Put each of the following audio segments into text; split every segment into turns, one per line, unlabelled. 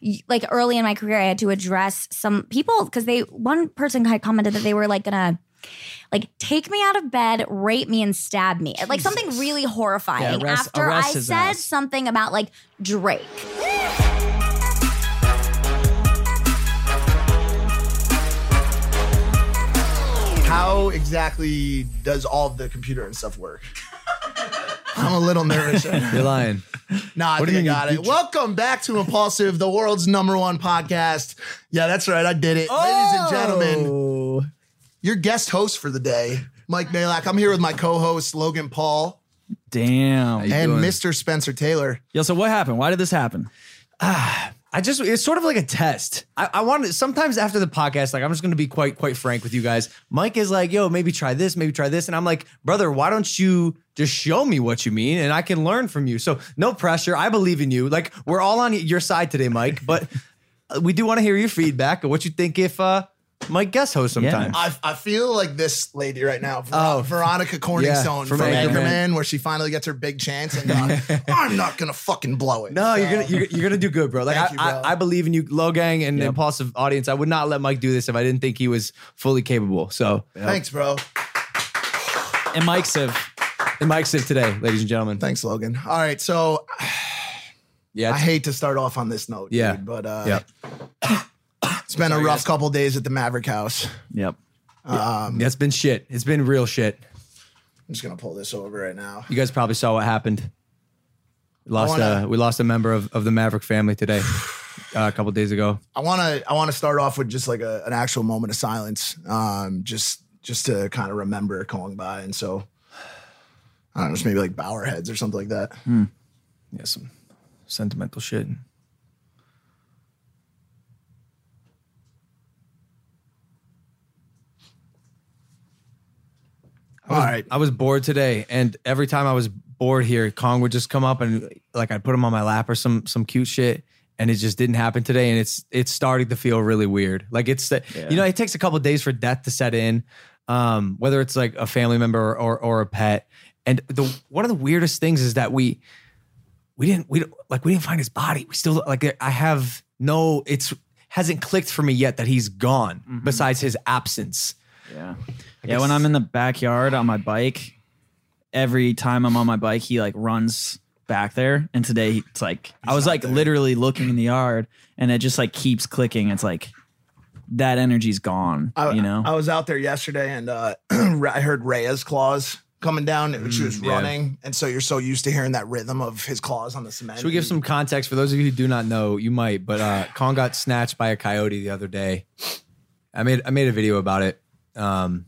y- like early in my career, I had to address some people because they one person had commented that they were like gonna like take me out of bed, rape me, and stab me, like something really horrifying.
Yeah, arrest-
after
arrest
I
his
said
ass.
something about like Drake.
How exactly does all the computer and stuff work? I'm a little nervous. Right now.
You're lying.
Nah, I
What do
think
you
I
mean
got
you-
it. Welcome back to Impulsive, the world's number one podcast. Yeah, that's right. I did it. Ladies and gentlemen,
Oh.
your guest host for the day, Mike Malak. I'm here with my co-host Logan Paul
Damn.
and
doing?
Mr. Spencer Taylor.
Yo, so what happened? Why did this happen?
I just it's sort of like a test. I, I wanted sometimes after the podcast, like I'm just gonna be quite quite frank with you guys. Mike is like, yo, maybe try this, maybe try this. And I'm like, brother, why don't you just show me what you mean and I can learn from you. So no pressure. I believe in you. Like we're all on your side today, Mike, but uh, we do want to hear your feedback of what you think if uh Mike guest host
Yeah.
sometimes.
I, I feel like this lady right now, Ver-
Oh.
Veronica Corningstone
from
from Anchorman,
Anchorman.
where she finally gets her big chance, and uh, I'm not gonna fucking blow it.
No, you're
So-
gonna you're, you're gonna do good, bro. Like I,
Thank you, bro.
I, I believe in you, Low Gang, and impulsive audience. I would not let Mike do this if I didn't think he was fully capable. So
Thanks, bro.
And Mike Siv.
and Mike's it today, ladies and gentlemen.
Thanks, Logan. All right, so
Yeah,
I hate to start off on this note,
Yeah.
dude, but uh,
Yep.
it's been a rough couple days at the Maverick House.
Yep.
That's been shit. It's been real shit.
I'm just gonna pull this over right now.
You guys probably saw what happened. We lost
wanna-
uh, we lost a member of, of the Maverick family today, uh, a couple days ago.
I want to I want to start off with just like a, an actual moment of silence, um, just just to kind of remember going by, and so I don't know, just maybe like bow our heads or something like that.
Hmm. Yeah, some sentimental shit.
All right,
I was bored today, and every time I was bored here, Kong would just come up and like I'd put him on my lap or some some cute shit, and it just didn't happen today. And it's it's starting to feel really weird. Like it's you know it takes a couple days for death to set in, um, whether it's like a family member or, or or a pet. And the one of the weirdest things is that we we didn't we don't- like we didn't find his body. We still like I have no it's hasn't clicked for me yet that he's gone. Besides his absence.
Yeah. Yeah. When I'm in the backyard on my bike, every time I'm on my bike, he like runs back there. And today it's like I was like literally looking in the yard and it just like keeps clicking. It's like that energy's gone.
I,
you know?
I was out there yesterday and uh, I heard Rhea's claws coming down. and
Hmm,
she was running, and so you're so used to hearing that rhythm of his claws on the cement.
Should we give some context for those of you who do not know? You might, but uh, Kong got snatched by a coyote the other day. I made I made a video about it. Um,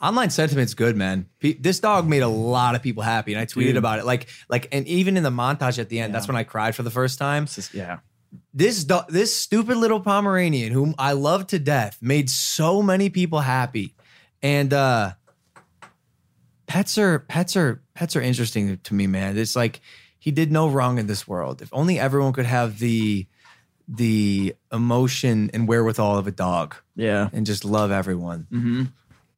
online sentiment's good, man. Pe- this dog made a lot of people happy, and I tweeted
Dude.
about it. Like like, and even in the montage at the end, that's when I cried for the first time.
It's just- yeah.
This do- this stupid little Pomeranian, whom I love to death, made so many people happy, and uh, pets are pets are pets are interesting to me, man. It's like he did no wrong in this world. If only everyone could have the the emotion and wherewithal of a dog
Yeah.
and just love everyone.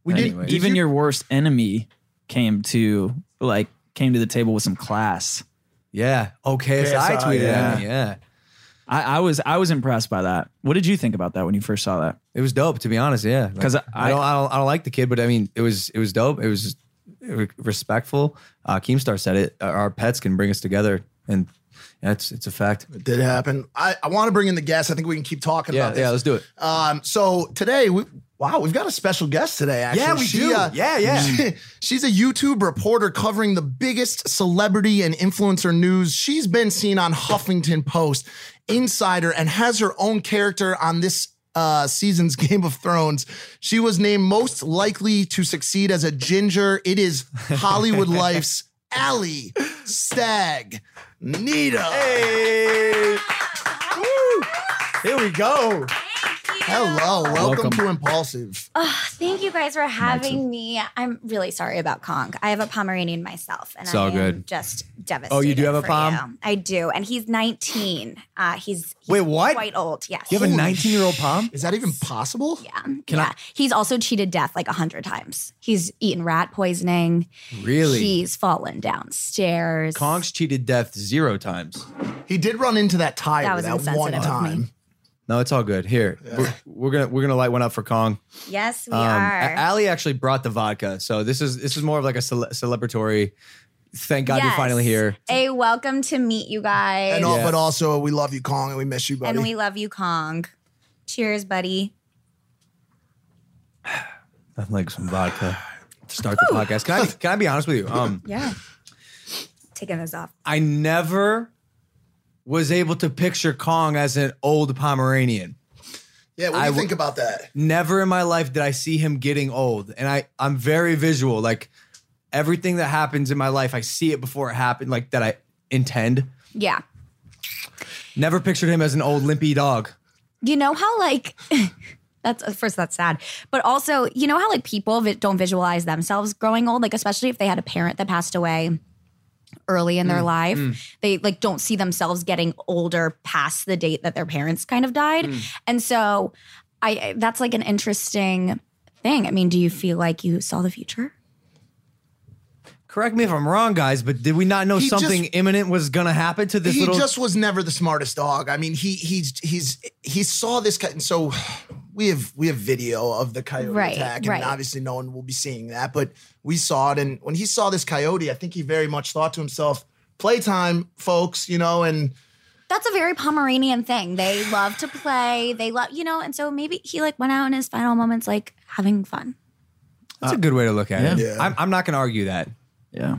We did,
Anyway.
did
Even
you-
your worst enemy came to like came to the table with some class.
Yeah. Okay. So I
KSI,
tweeted
yeah.
at me. Yeah.
I, I was I was impressed by that. What did you think about that when you first saw that?
It was dope, to be honest. Yeah,
'Cause
Like,
I-
I, don't, I don't, I don't like the kid, but I mean, it was, it was dope. It was re- respectful. Uh, Keemstar said it. Our- Our pets can bring us together, and that's it's a fact.
it did happen. I, I want to bring in the guests. I think we can keep talking
Yeah,
about this.
yeah. Let's do it.
Um, so today we wow, we've got a special guest today. Actually,
Yeah, we do. Yeah, yeah.
she- she's a YouTube reporter covering the biggest celebrity and influencer news. She's been seen on Huffington Post, Insider, and has her own character on this. Uh, season's Game of Thrones. She was named most likely to succeed as a ginger. It is Hollywood Life's Allie Stag Nita.
Here we go.
Hello, welcome,
Welcome.
to Impulsive.
Oh, thank you guys for having me. I'm really sorry about Kong. I have a Pomeranian myself, and
It's all
I am
good. Oh,
just devastated.
have a
for
Pom?
you. I do, and he's 19. Uh, he's, he's
Wait, what?
Quite old. Yes.
You have a
Holy
19 year old palm?
Is that even possible?
yeah. yeah. he's also cheated death like a hundred times. He's eaten rat poisoning.
Really?
He's fallen downstairs.
Kong's cheated death zero times.
He did run into that
That
tire
was
that, one
insensitive of me.
time.
No, it's all good. Here, we're, we're gonna we're gonna light one up for Kong.
Yes, we
Um,
are.
A- Ali actually brought the vodka, so this is this is more of like a cele- celebratory. Thank God you're
Yes.
finally here.
A welcome to meet you guys.
And all,
Yeah.
but also, we love you, Kong, and we miss you, buddy.
And we love you, Kong. Cheers, buddy.
I'd like some vodka to start the podcast. Can I be, can I be honest with you? Um,
Yeah. Taking this off.
I never was able to picture Kong as an old Pomeranian.
yeah, what do you think about that?
Never in my life did I see him getting old, and I I'm very visual. Like everything that happens in my life, I see it before it happened. Like that I intend.
Yeah.
Never pictured him as an old limpy dog.
You know how like that's uh, first that's sad, but also you know how like people vi- don't visualize themselves growing old, like especially if they had a parent that passed away early in their life, they like don't see themselves getting older past the date that their parents kind of died, and so I- I that's like an interesting thing. I mean, do you feel like you saw the future?
Correct me if I'm wrong, guys, but did we not know
He just-
something imminent was gonna happen to this
he
little?
just was never the smartest dog. I mean, he he's he's he saw this cut, and so we have we have video of the coyote
Right,
attack, and
right.
obviously no one will be seeing that, but we saw it. And when he saw this coyote, I think he very much thought to himself, "Playtime, folks," you know, and
That's a very Pomeranian thing. They love to play. They love, you know, and so maybe he like went out in his final moments like having fun.
That's a good way to look at it.
Yeah. Yeah.
I'm, I'm not gonna argue that.
Yeah.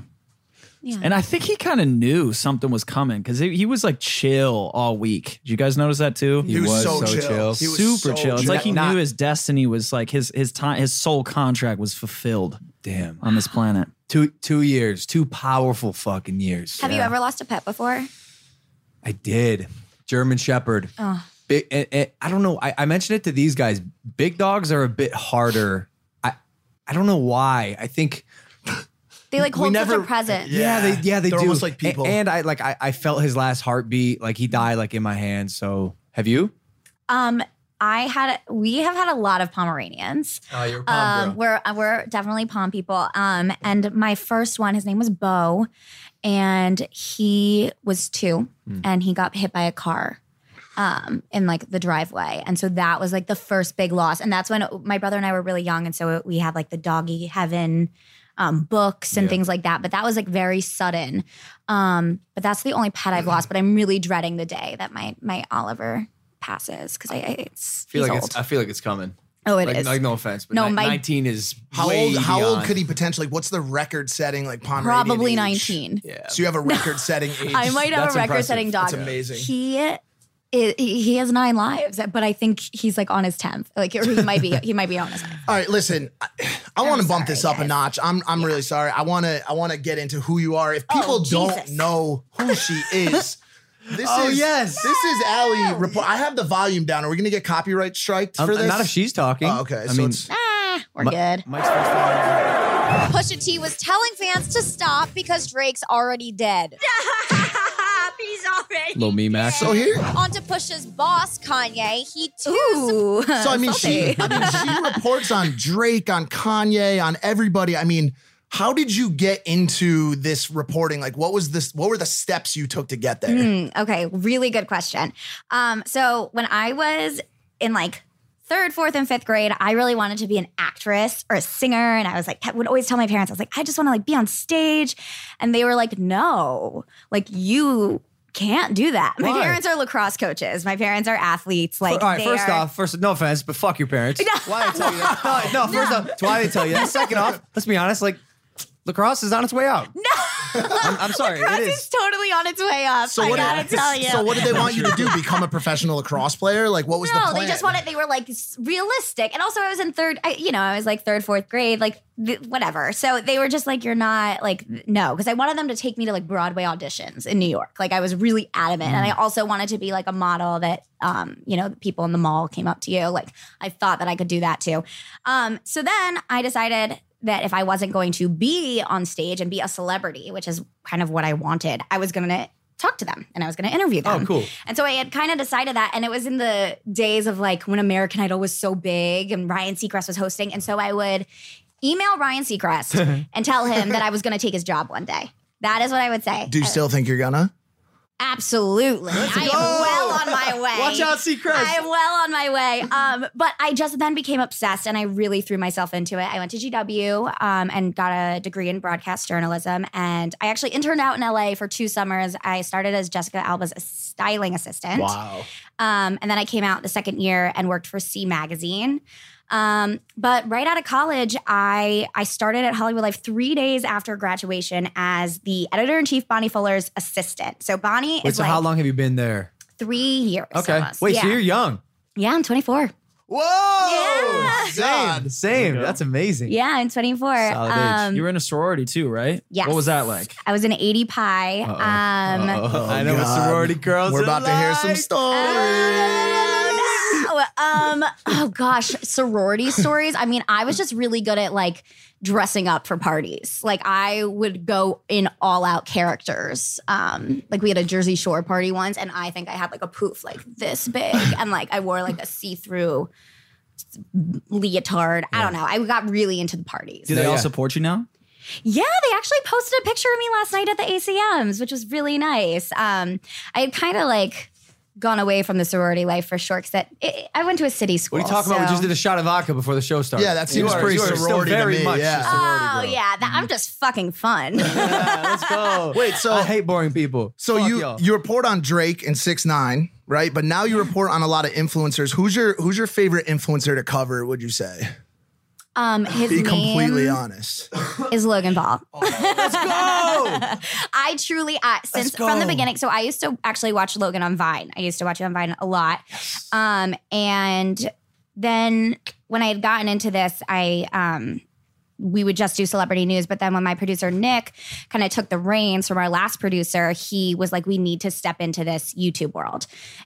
Yeah.
And I think he kind of knew something was coming because he, he was like chill all week. Did you guys notice that too?
he was,
was
so,
so
chill.
chill.
He was so
super chill. It's like he
Not-
knew his destiny was like his his time his soul contract was fulfilled
Damn,
on this planet.
two two years, two powerful fucking years.
Have you ever lost a pet before?
I did German Shepherd. Big, and, and I don't know. I, I mentioned it to these guys. Big dogs are a bit harder. I I don't know why. I think.
They like
We
hold such
never-
a present.
Yeah,
Yeah.
they yeah they
They're
do.
almost like
A-
people.
And, I like I, I felt his last heartbeat. Like he died like in my hand. So have you?
Um, I had we have had a lot of Pomeranians.
Oh, you're
Um, we're we're definitely palm people. Um, and my first one, his name was Bo, and he was two,
Hmm.
and he got hit by a car, um, in like the driveway, and so that was like the first big loss, and that's when my brother and I were really young, and so we had like the doggy heaven, um, books and
Yeah.
things like that, but that was like very sudden. Um, but that's the only pet I've lost, but I'm really dreading the day that my my Oliver passes because I, I it's
I feel
he's
like
old.
it's. I feel like it's coming.
oh it is.
like, like, no offense, but
No,
ni-
my-
19 is
How
way
old? How old
beyond.
could he potentially? What's the record setting? Like Pomeranian
probably
age?
19.
Yeah.
So you have a record setting age.
I might have
That's
a
impressive.
record-setting dog.
That's amazing.
He i- he he has nine lives, but I think he's like on his tenth. Like or he might be he might be on his.
All right, listen. I, I want to bump
sorry,
this up a
guys.
notch. I'm I'm really sorry. I want to I want to get into who you are. If people don't
Oh, Jesus.
know who she is, this
Oh,
is
yes.
this is Allie. Report. I have the volume down. Are we gonna get copyright striked for
Um,
this?
Not if she's talking.
Oh, okay,
I
so
mean,
it's-
Ah, we're good.
Mike's first time.
Pusha T was telling fans to stop because Drake's already dead.
He's already.
Little me, Max.
so here.
On to Pusha's boss, Kanye. He too.
Ooh.
So I mean, she I mean, she reports on Drake, on Kanye, on everybody. I mean, how did you get into this reporting? Like, what was this? What were the steps you took to get there?
Okay, really good question. Um, so when I was in like third, fourth, and fifth grade, I really wanted to be an actress or a singer, and I was like, would always tell my parents, I was like, I just want to like be on stage, and they were like, No, like you can't do that. My
Why?
parents are lacrosse coaches. My parents are athletes. Like,
All right,
they
first
are-
off, first no offense, but fuck your parents. Why did I tell you that? No, no, first off, that's why did I tell you that? Second off, let's be honest, like lacrosse is on its way out. No. I'm, I'm sorry. It
Lacrosse
is.
is totally on its way up. I gotta tell you.
So what did they want you to do? Become a professional lacrosse player? Like what was the
no,
plan?
they just wanted. They were like s- realistic, and also I was in third. I, you know, I was like third, fourth grade, like th- whatever. So they were just like, "You're not like th- no," because I wanted them to take me to like Broadway auditions in New York. Like I was really adamant, and I
Mm.
also wanted to be like a model that, um, you know, people in the mall came up to you. Like I thought that I could do that too. Um, so then I decided that if I wasn't going to be on stage and be a celebrity, which is kind of what I wanted, I was going to talk to them and I was going to interview them.
Oh, cool.
And so I had kind of decided that. And it was in the days of like when American Idol was so big and Ryan Seacrest was hosting. And so I would email Ryan Seacrest and tell him that I was going to take his job one day. That is what I would say.
do you still think you're gonna?
Absolutely. I am well on my way.
Watch out, Seacrest.
I'm well on my way. Um, but I just then became obsessed and I really threw myself into it. I went to GW um, and got a degree in broadcast journalism. And I actually interned out in LA for two summers. I started as Jessica Alba's styling assistant.
Wow.
Um, and then I came out the second year and worked for C Magazine. Um, but right out of college, I I started at Hollywood Life three days after graduation as the editor in chief Bonnie Fuller's assistant. So Bonnie
Wait,
is
so
like
how long have you been there?
three years.
Okay.
almost.
Wait,
yeah.
so you're young.
yeah, I'm 24.
Whoa!
Yeah.
God.
Same.
go.
That's amazing.
Yeah, I'm 24.
Solid age.
you were in a sorority too, right?
Um, Yes.
What was that like?
I was an 80 pi. Um,
Uh-oh. I know what
God.
sorority girls
We're
are
about to hear some
like.
stories.
No. Um, oh gosh, sorority stories. I mean, I was just really good at like dressing up for parties. Like I would go in all out characters. Um, like we had a Jersey Shore party once, and I think I had like a poof like this big, and like I wore like a see through leotard. I don't know. I got really into the parties.
Do they
No,
all
yeah.
support you now?
Yeah, they actually posted a picture of me last night at the ACMs, which was really nice. Um, I had kind of like gone away from the sorority life for sure because that it, I went to a city school.
What are you talking about? We
so-
just did a shot of vodka before the show started.
Yeah, that seems
You are-
pretty
you are still
sorority to
very
me,
much
yeah.
a
Oh
sorority girl. Mm-hmm.
yeah, that, I'm just fucking fun.
Yeah, let's go.
Wait, so-
Ah. I hate boring people.
So
Fuck
you
y'all.
you report on Drake and Six Nine, right? But now you report on a lot of influencers. Who's your Who's your favorite influencer to cover? Would you say?
Um, his
Be
name
completely honest.
is Logan Paul.
Oh,
I truly, I, since from the
go.
beginning, so I used to actually watch Logan on Vine. I used to watch it on Vine a lot. Um, and then when I had gotten into this, I, um, we would just do celebrity news. But then when my producer, Nick, kind of took the reins from our last producer, he was like, we need to step into this YouTube world.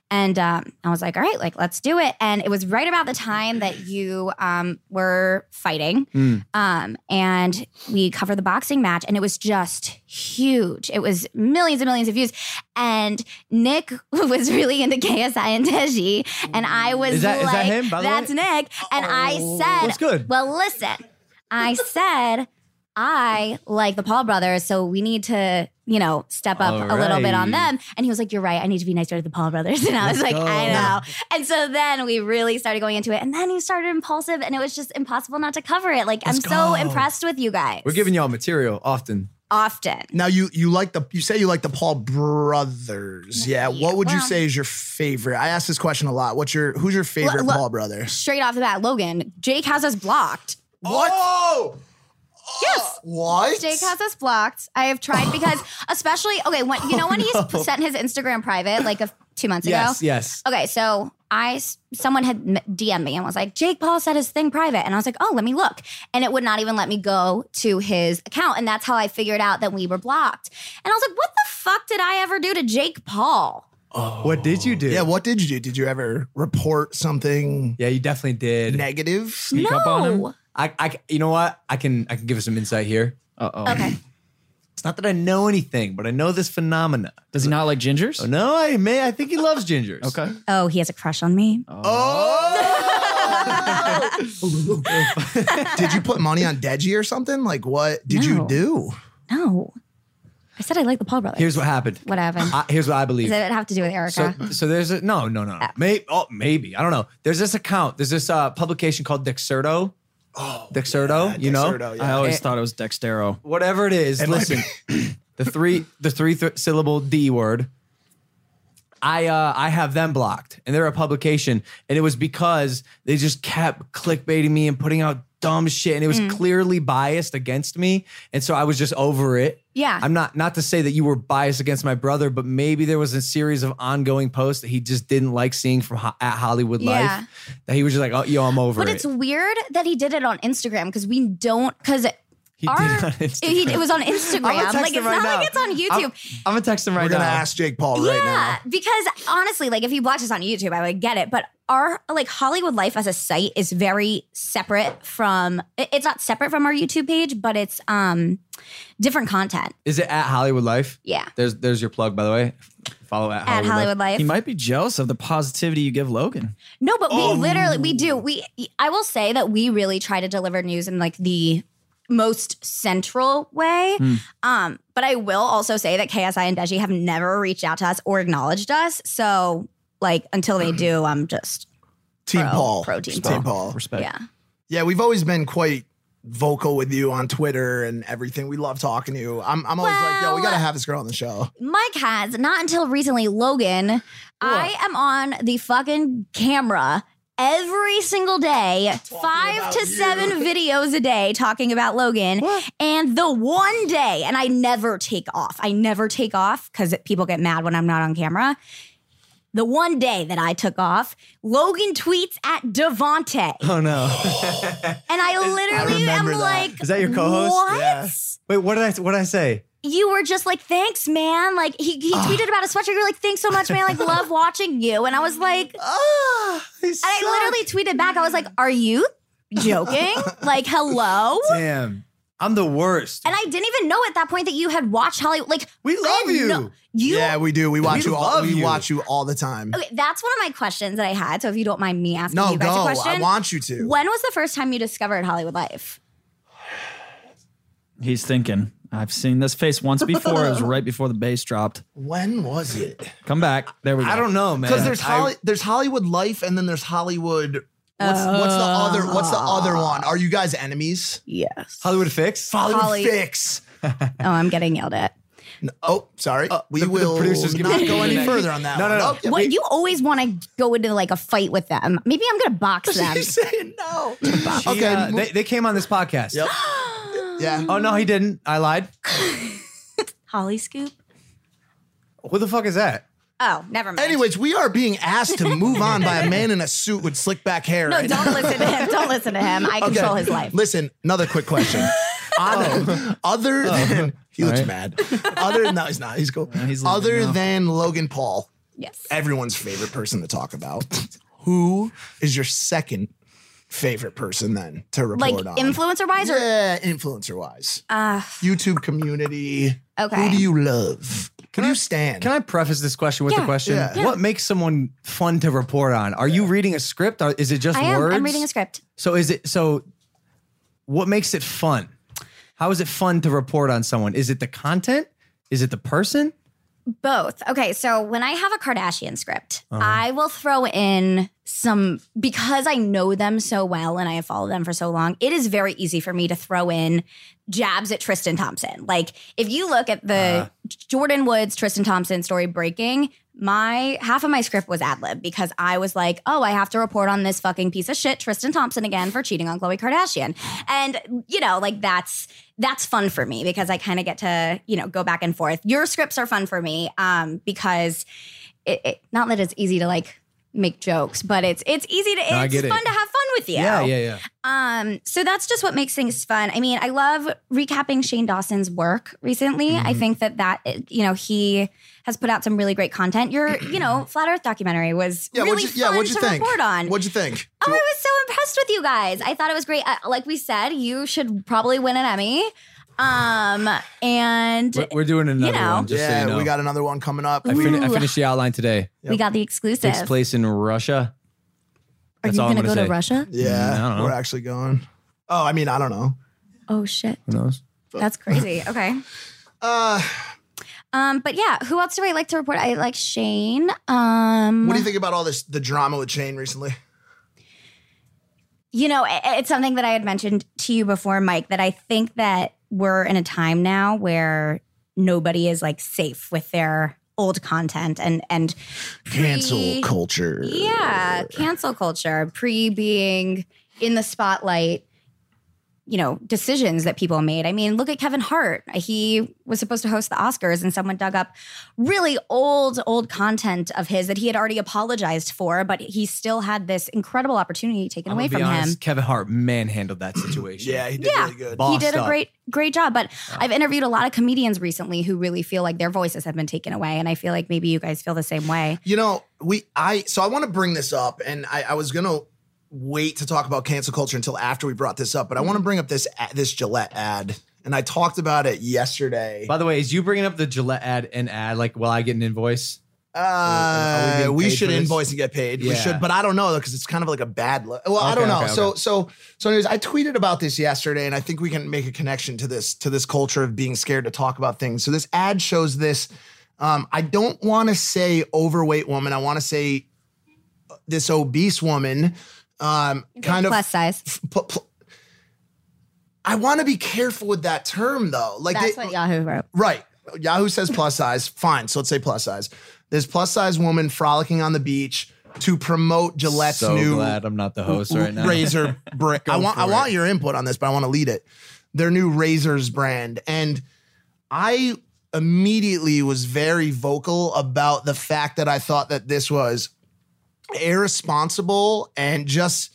And um, I was like, all right, like, let's do it. And it was right about the time that you um, were fighting.
Hmm.
Um, and we covered the boxing match, and it was just huge. It was millions and millions of views. And Nick was really into KSI and Teji, and I was
Is that- is
like,
that him, by the way?
that's Nick. And I said,
That's good.
Well, listen, I said, I like the Paul brothers, so we need to, you know, step up a
All
little bit on
right.
them. And he was like, You're right. I need to be nicer to the Paul brothers. And I was like,
go.
I know. And so then we really started going into it. And then he started impulsive, and it was just impossible not to cover it. Like, I'm so impressed with you guys.
We're giving y'all material often.
often.
Now you you like the you say you like the Paul brothers. Yeah. What would you
well-
say is your favorite? I ask this question a lot. What's your Who's your favorite
Lo- lo-
Paul brother?
Straight off the bat, Logan, Jake has us blocked.
What?
Oh, Yes.
What?
Jake has us blocked. I have tried because, especially, okay, when, you know when he sent his Instagram private like a, two months ago?
Oh, Yes, yes.
Okay, so I s- someone had m- DM'd me and was like, Jake Paul said his thing private, and I was like, oh, let me look, and it would not even let me go to his account, and that's how I figured out that we were blocked. And I was like, what the fuck did I ever do to Jake Paul?
What did you do?
Yeah. What did you do? Did you ever report something
Yeah, you definitely did.
negative?
Sneak up on him?
No.
I, I, you know what? I can, I can give us some insight here.
Uh oh.
Okay.
It's not that I know anything, but I know this phenomena.
Does he not like gingers?
Oh, no, I may. I think he loves gingers.
Okay.
Oh, he has a crush on me.
Oh.
did you put money on Deji or something? Like what did
No.
you do?
No, I said I like the Paul brothers.
Here's what happened.
what happened.
I, here's what I believe.
Does it have to do with Erica?
So, so there's a no, no, no, no. Maybe, oh, maybe I don't know. There's this account. There's this uh, publication called Dexerto. Oh, Dexerto. you know,
Dexerto, yeah.
I always
Eh.
thought it was Dextero.
whatever it is. listen, the three, the three th- syllable D word. I uh, I have them blocked, and they're a publication, and it was because they just kept clickbaiting me and putting out dumb shit and it was
Mm.
clearly biased against me. And so I was just over it.
Yeah.
I'm not not to say that you were biased against my brother, but maybe there was a series of ongoing posts that he just didn't like seeing from ho- at Hollywood
Yeah.
Life that he was just like, "Oh, yo, I'm over
But
it."
it's weird that he did it on Instagram because we don't because
He
our
did on
it,
Instagram.
it was on Instagram.
I'm gonna text
like it's
him right
not
now.
like it's on YouTube.
I'm, I'm gonna text him right
We're gonna
now.
ask Jake Paul right
yeah,
now.
because honestly, like if you watch this on YouTube, I would get it. But our like Hollywood Life as a site is very separate from it- it's not separate from our YouTube page, but it's um different content.
Is it at Hollywood Life?
Yeah.
There's there's your plug by the way. Follow at Hollywood.
at Hollywood Life.
He might be jealous of the positivity you give Logan.
No, but we literally we do. We I will say that we really try to deliver news in like the most central way. Um, but I will also say that KSI and Deji have never reached out to us or acknowledged us. So like until they do, I'm just
Team
Pro-
Paul.
pro Team
Team
Paul.
Paul.
Respect.
yeah.
Yeah, we've always been quite vocal with you on Twitter and everything. We love talking to you. I'm, I'm always like, yo, we
Well-
gotta have this girl on the show.
Mike has not until recently Logan. I am on the fucking camera every single day, five
about
to
you.
seven videos a day talking about Logan. And the one day, and I never take off. I never take off because people get mad when I'm not on camera. The one day that I took off, Logan tweets at Devonte, and
Oh no.
I literally am
remember that.
like,
Is that your co-host?
What?
Yeah.
Wait, what did I what did I say?
you were just like, thanks, man. Like he, he
Ah.
tweeted about a sweatshirt. You were like, thanks so much, man. Like love watching you. And I
Mm-hmm.
was like, and
Ah,
I literally tweeted back. I was like, are you joking? like hello.
Damn. I'm the worst.
And I didn't even know at that point that you had watched Hollywood. Like
We
I
love
had
you.
no- you.
yeah, we do. We watch you all.
love
We
you.
watch you all the time.
okay, that's one of my questions that I had. So if you don't mind me asking
No,
you guys
go.
a question,
I want you to.
when was the first time you discovered Hollywood Life?
He's thinking, I've seen this face once before. it was right before the bass dropped.
When was it?
Come back. There we go.
I don't know, man.
Because there's
I-
Holly, there's Hollywood Life, and then there's Hollywood. What's, what's the other? What's the other one? Are you guys enemies?
Yes.
Hollywood Fix.
Hollywood
Holly-
Fix.
Oh, I'm getting yelled at.
Oh, sorry. we
the- the
will
producers give
not
me
go
the
any
neck.
further on that.
No, no,
one.
no.
Oh, yeah,
What you always want to go into like a fight with them. Maybe I'm gonna box them.
She's saying no.
She,
okay.
uh, they, they came on this podcast.
Yep. yeah.
Oh no, he didn't. I lied.
Holly Scoop.
Who the fuck is that?
Oh, never mind.
Anyways, we are being asked to move on by a man in a suit with slick back hair.
No,
right now.
don't listen to him. Don't listen to him. I
Okay.
control his life.
Listen, another quick question.
Oh.
Other- Other than he looks
right.
mad. Other no, he's not. He's cool.
he's leaving
Other
now.
than Logan Paul,
Yes.
everyone's favorite person to talk about. Who is your second favorite person then to
Like
report on?
influencer wise or
yeah, influencer wise,
uh,
YouTube community.
Okay.
Who do you love? Who do you stand?
Can I preface this question with
Yeah.
the question?
Yeah.
Yeah.
What makes someone fun to report on? Are you reading a script? Or is it just
I am.
words?
I'm reading a script.
So is it so what makes it fun? How is it fun to report on someone? Is it the content? Is it the person?
Both. Okay, so when I have a Kardashian script,
Uh-huh.
I will throw in some because I know them so well and I have followed them for so long. It is very easy for me to throw in jabs at Tristan Thompson. Like if you look at the
Uh-huh.
Jordan Woods Tristan Thompson story breaking, my half of my script was ad lib because I was like, oh, I have to report on this fucking piece of shit, Tristan Thompson again for cheating on Khloe Kardashian. And, you know, like that's that's fun for me because I kind of get to, you know, go back and forth. Your scripts are fun for me um, because it, it not that it's easy to like make jokes, but it's it's easy to
I
it's
get it.
fun to have fun with you.
yeah, yeah.
Um, so that's just what makes things fun. I mean, I love recapping Shane Dawson's work recently.
Mm-hmm.
I think that that you know he has put out some really great content. Your you know Flat Earth documentary was
yeah,
really
what'd
fun
you, yeah, what'd you
to
think?
report on.
What'd you think?
oh, I was so impressed with you guys. I thought it was great. Uh, like we said, you should probably win an Emmy. Um, and
We're, we're doing another
know.
one. Just so
yeah,
you know.
we got another one coming up.
I,
We-
fin- I
Ooh.
finished the outline today.
we got the exclusive.
Takes place in Russia.
Are you
all I'm
gonna go
gonna
to
say.
Russia?
yeah,
I don't know.
we're actually going. Oh, I mean, I don't know.
Oh shit,
Who knows?
that's crazy. Okay.
Uh,
Um, but yeah, who else do I like to report? I like Shane. Um,
What do you think about all this the drama with Shane recently?
you know, it- it's something that I had mentioned to you before, Mike, that I think that we're in a time now where nobody is like safe with their old content and and pre-
culture.
Yeah, cancel culture, pre being in the spotlight. you know, decisions that people made. I mean, look at Kevin Hart. He was supposed to host the Oscars and someone dug up really old, old content of his that he had already apologized for, but he still had this incredible opportunity taken
I'm
away
gonna be
from him.
honest, Kevin Hart manhandled that situation.
Yeah, he did
Yeah.
really good.
Boss
he did a
up.
great great job but i've interviewed a lot of comedians recently who really feel like their voices have been taken away and i feel like maybe you guys feel the same way
You know, we I so I want to bring this up, and I, I was gonna wait to talk about cancel culture until after we brought this up, but I want to bring up this a- this Gillette ad, and I talked about it yesterday.
By the way, is you bringing up the Gillette ad and ad like will I get an invoice? Are we
Uh,
being
we
paid
should
for this?
invoice and get paid. We
Yeah.
should, but I don't know because it's kind of like a bad look. Well, I
Okay,
don't know.
okay, okay.
So, so, so, anyways, I tweeted about this yesterday, and I think we can make a connection to this to this culture of being scared to talk about things. So this ad shows this. Um, I don't want to say overweight woman. I want to say uh, this obese woman. Um, kind of
plus size
pl- pl- I want to be careful with that term though. Like
that's
they-
what yahoo wrote
Right. Yahoo says plus size. Fine. So let's say plus size. This plus size woman frolicking on the beach to promote Gillette's
so
new
glad I'm not the host right now.
razor brand. I want
for
I
it.
want your input on this, but I want to lead it. Their new razors brand. And I immediately was very vocal about the fact that I thought that this was irresponsible and just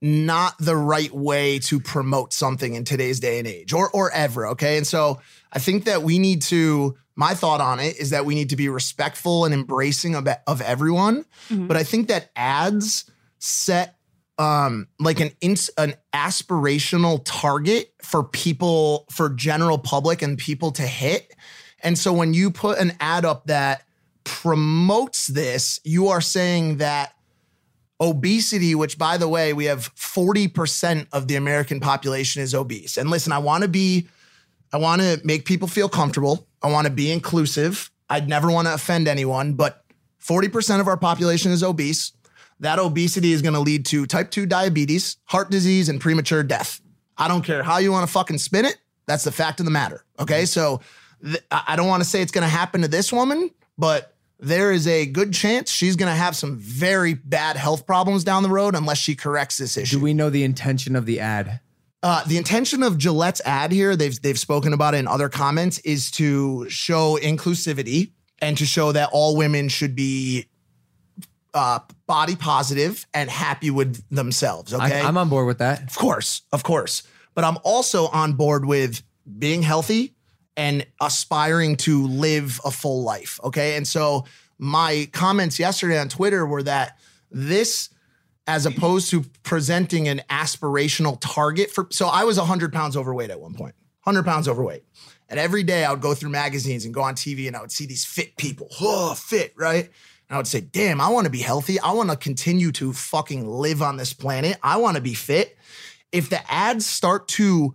not the right way to promote something in today's day and age or or ever okay and so i think that we need to my thought on it is that we need to be respectful and embracing of, of everyone but i think that ads set um like an ins- an aspirational target for people for general public and people to hit and so when you put an ad up that promotes this you are saying that obesity, which by the way, we have 40% of the American population is obese. And listen, I want to be, I want to make people feel comfortable. I want to be inclusive. I'd never want to offend anyone, but 40% of our population is obese. That obesity is going to lead to type 2 diabetes, heart disease, and premature death. I don't care how you want to fucking spin it. That's the fact of the matter. Okay. So th- I I don't want to say it's going to happen to this woman, but there is a good chance she's going to have some very bad health problems down the road unless she corrects this issue.
Do we know the intention of the ad?
Uh, the intention of Gillette's ad here, they've they've spoken about it in other comments, is to show inclusivity and to show that all women should be uh, body positive and happy with themselves. Okay,
I, I'm on board with that.
of course, of course. But I'm also on board with being healthy and aspiring to live a full life. Okay. And so my comments yesterday on Twitter were that this, as opposed to presenting an aspirational target for, so I was 100 pounds overweight at one point, 100 pounds overweight. And every day I would go through magazines and go on TV and I would see these fit people, oh, fit, right? And I would say, damn, I wanna be healthy. I wanna continue to fucking live on this planet. I wanna be fit if the ads start to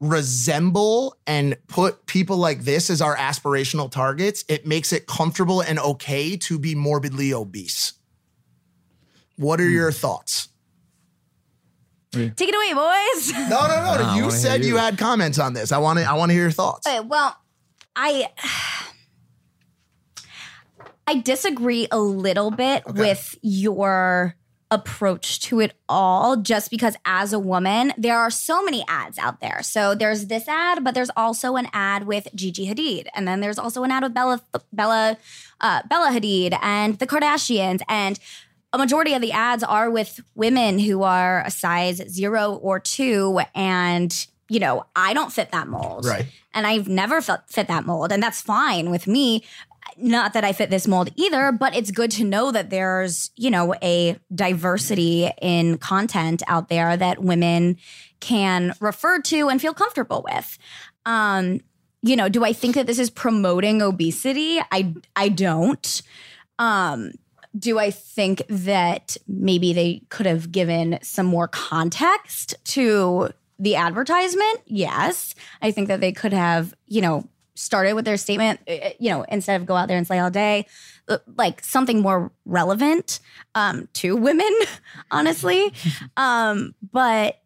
resemble and put people like this as our aspirational targets, it makes it comfortable and okay to be morbidly obese. What
Hmm.
are your thoughts?
take it away boys
No, no, no.
Nah, Ah, I
you
wanna hear
said you.
you.
had comments on this. I want to. I want to hear your thoughts.
Okay, well, I I disagree a little bit with your approach to it all just because as a woman there are so many ads out there. So there's this ad, but there's also an ad with Gigi Hadid and then there's also an ad with Bella Bella uh, Bella Hadid and the Kardashians and a majority of the ads are with women who are a size 0 or 2 and you know, I don't fit that mold
Right.
and I've never fit, fit that mold, and that's fine with me. Not that I fit this mold either, but it's good to know that there's, you know, a diversity in content out there that women can refer to and feel comfortable with. Um, you know, do I think that this is promoting obesity? I I don't. Um, do I think that maybe they could have given some more context to the advertisement? Yes. I think that they could have, you know, started with their statement, uh, uh, you know, instead of go out there and slay all day, uh, like something more relevant um, to women, honestly. um, but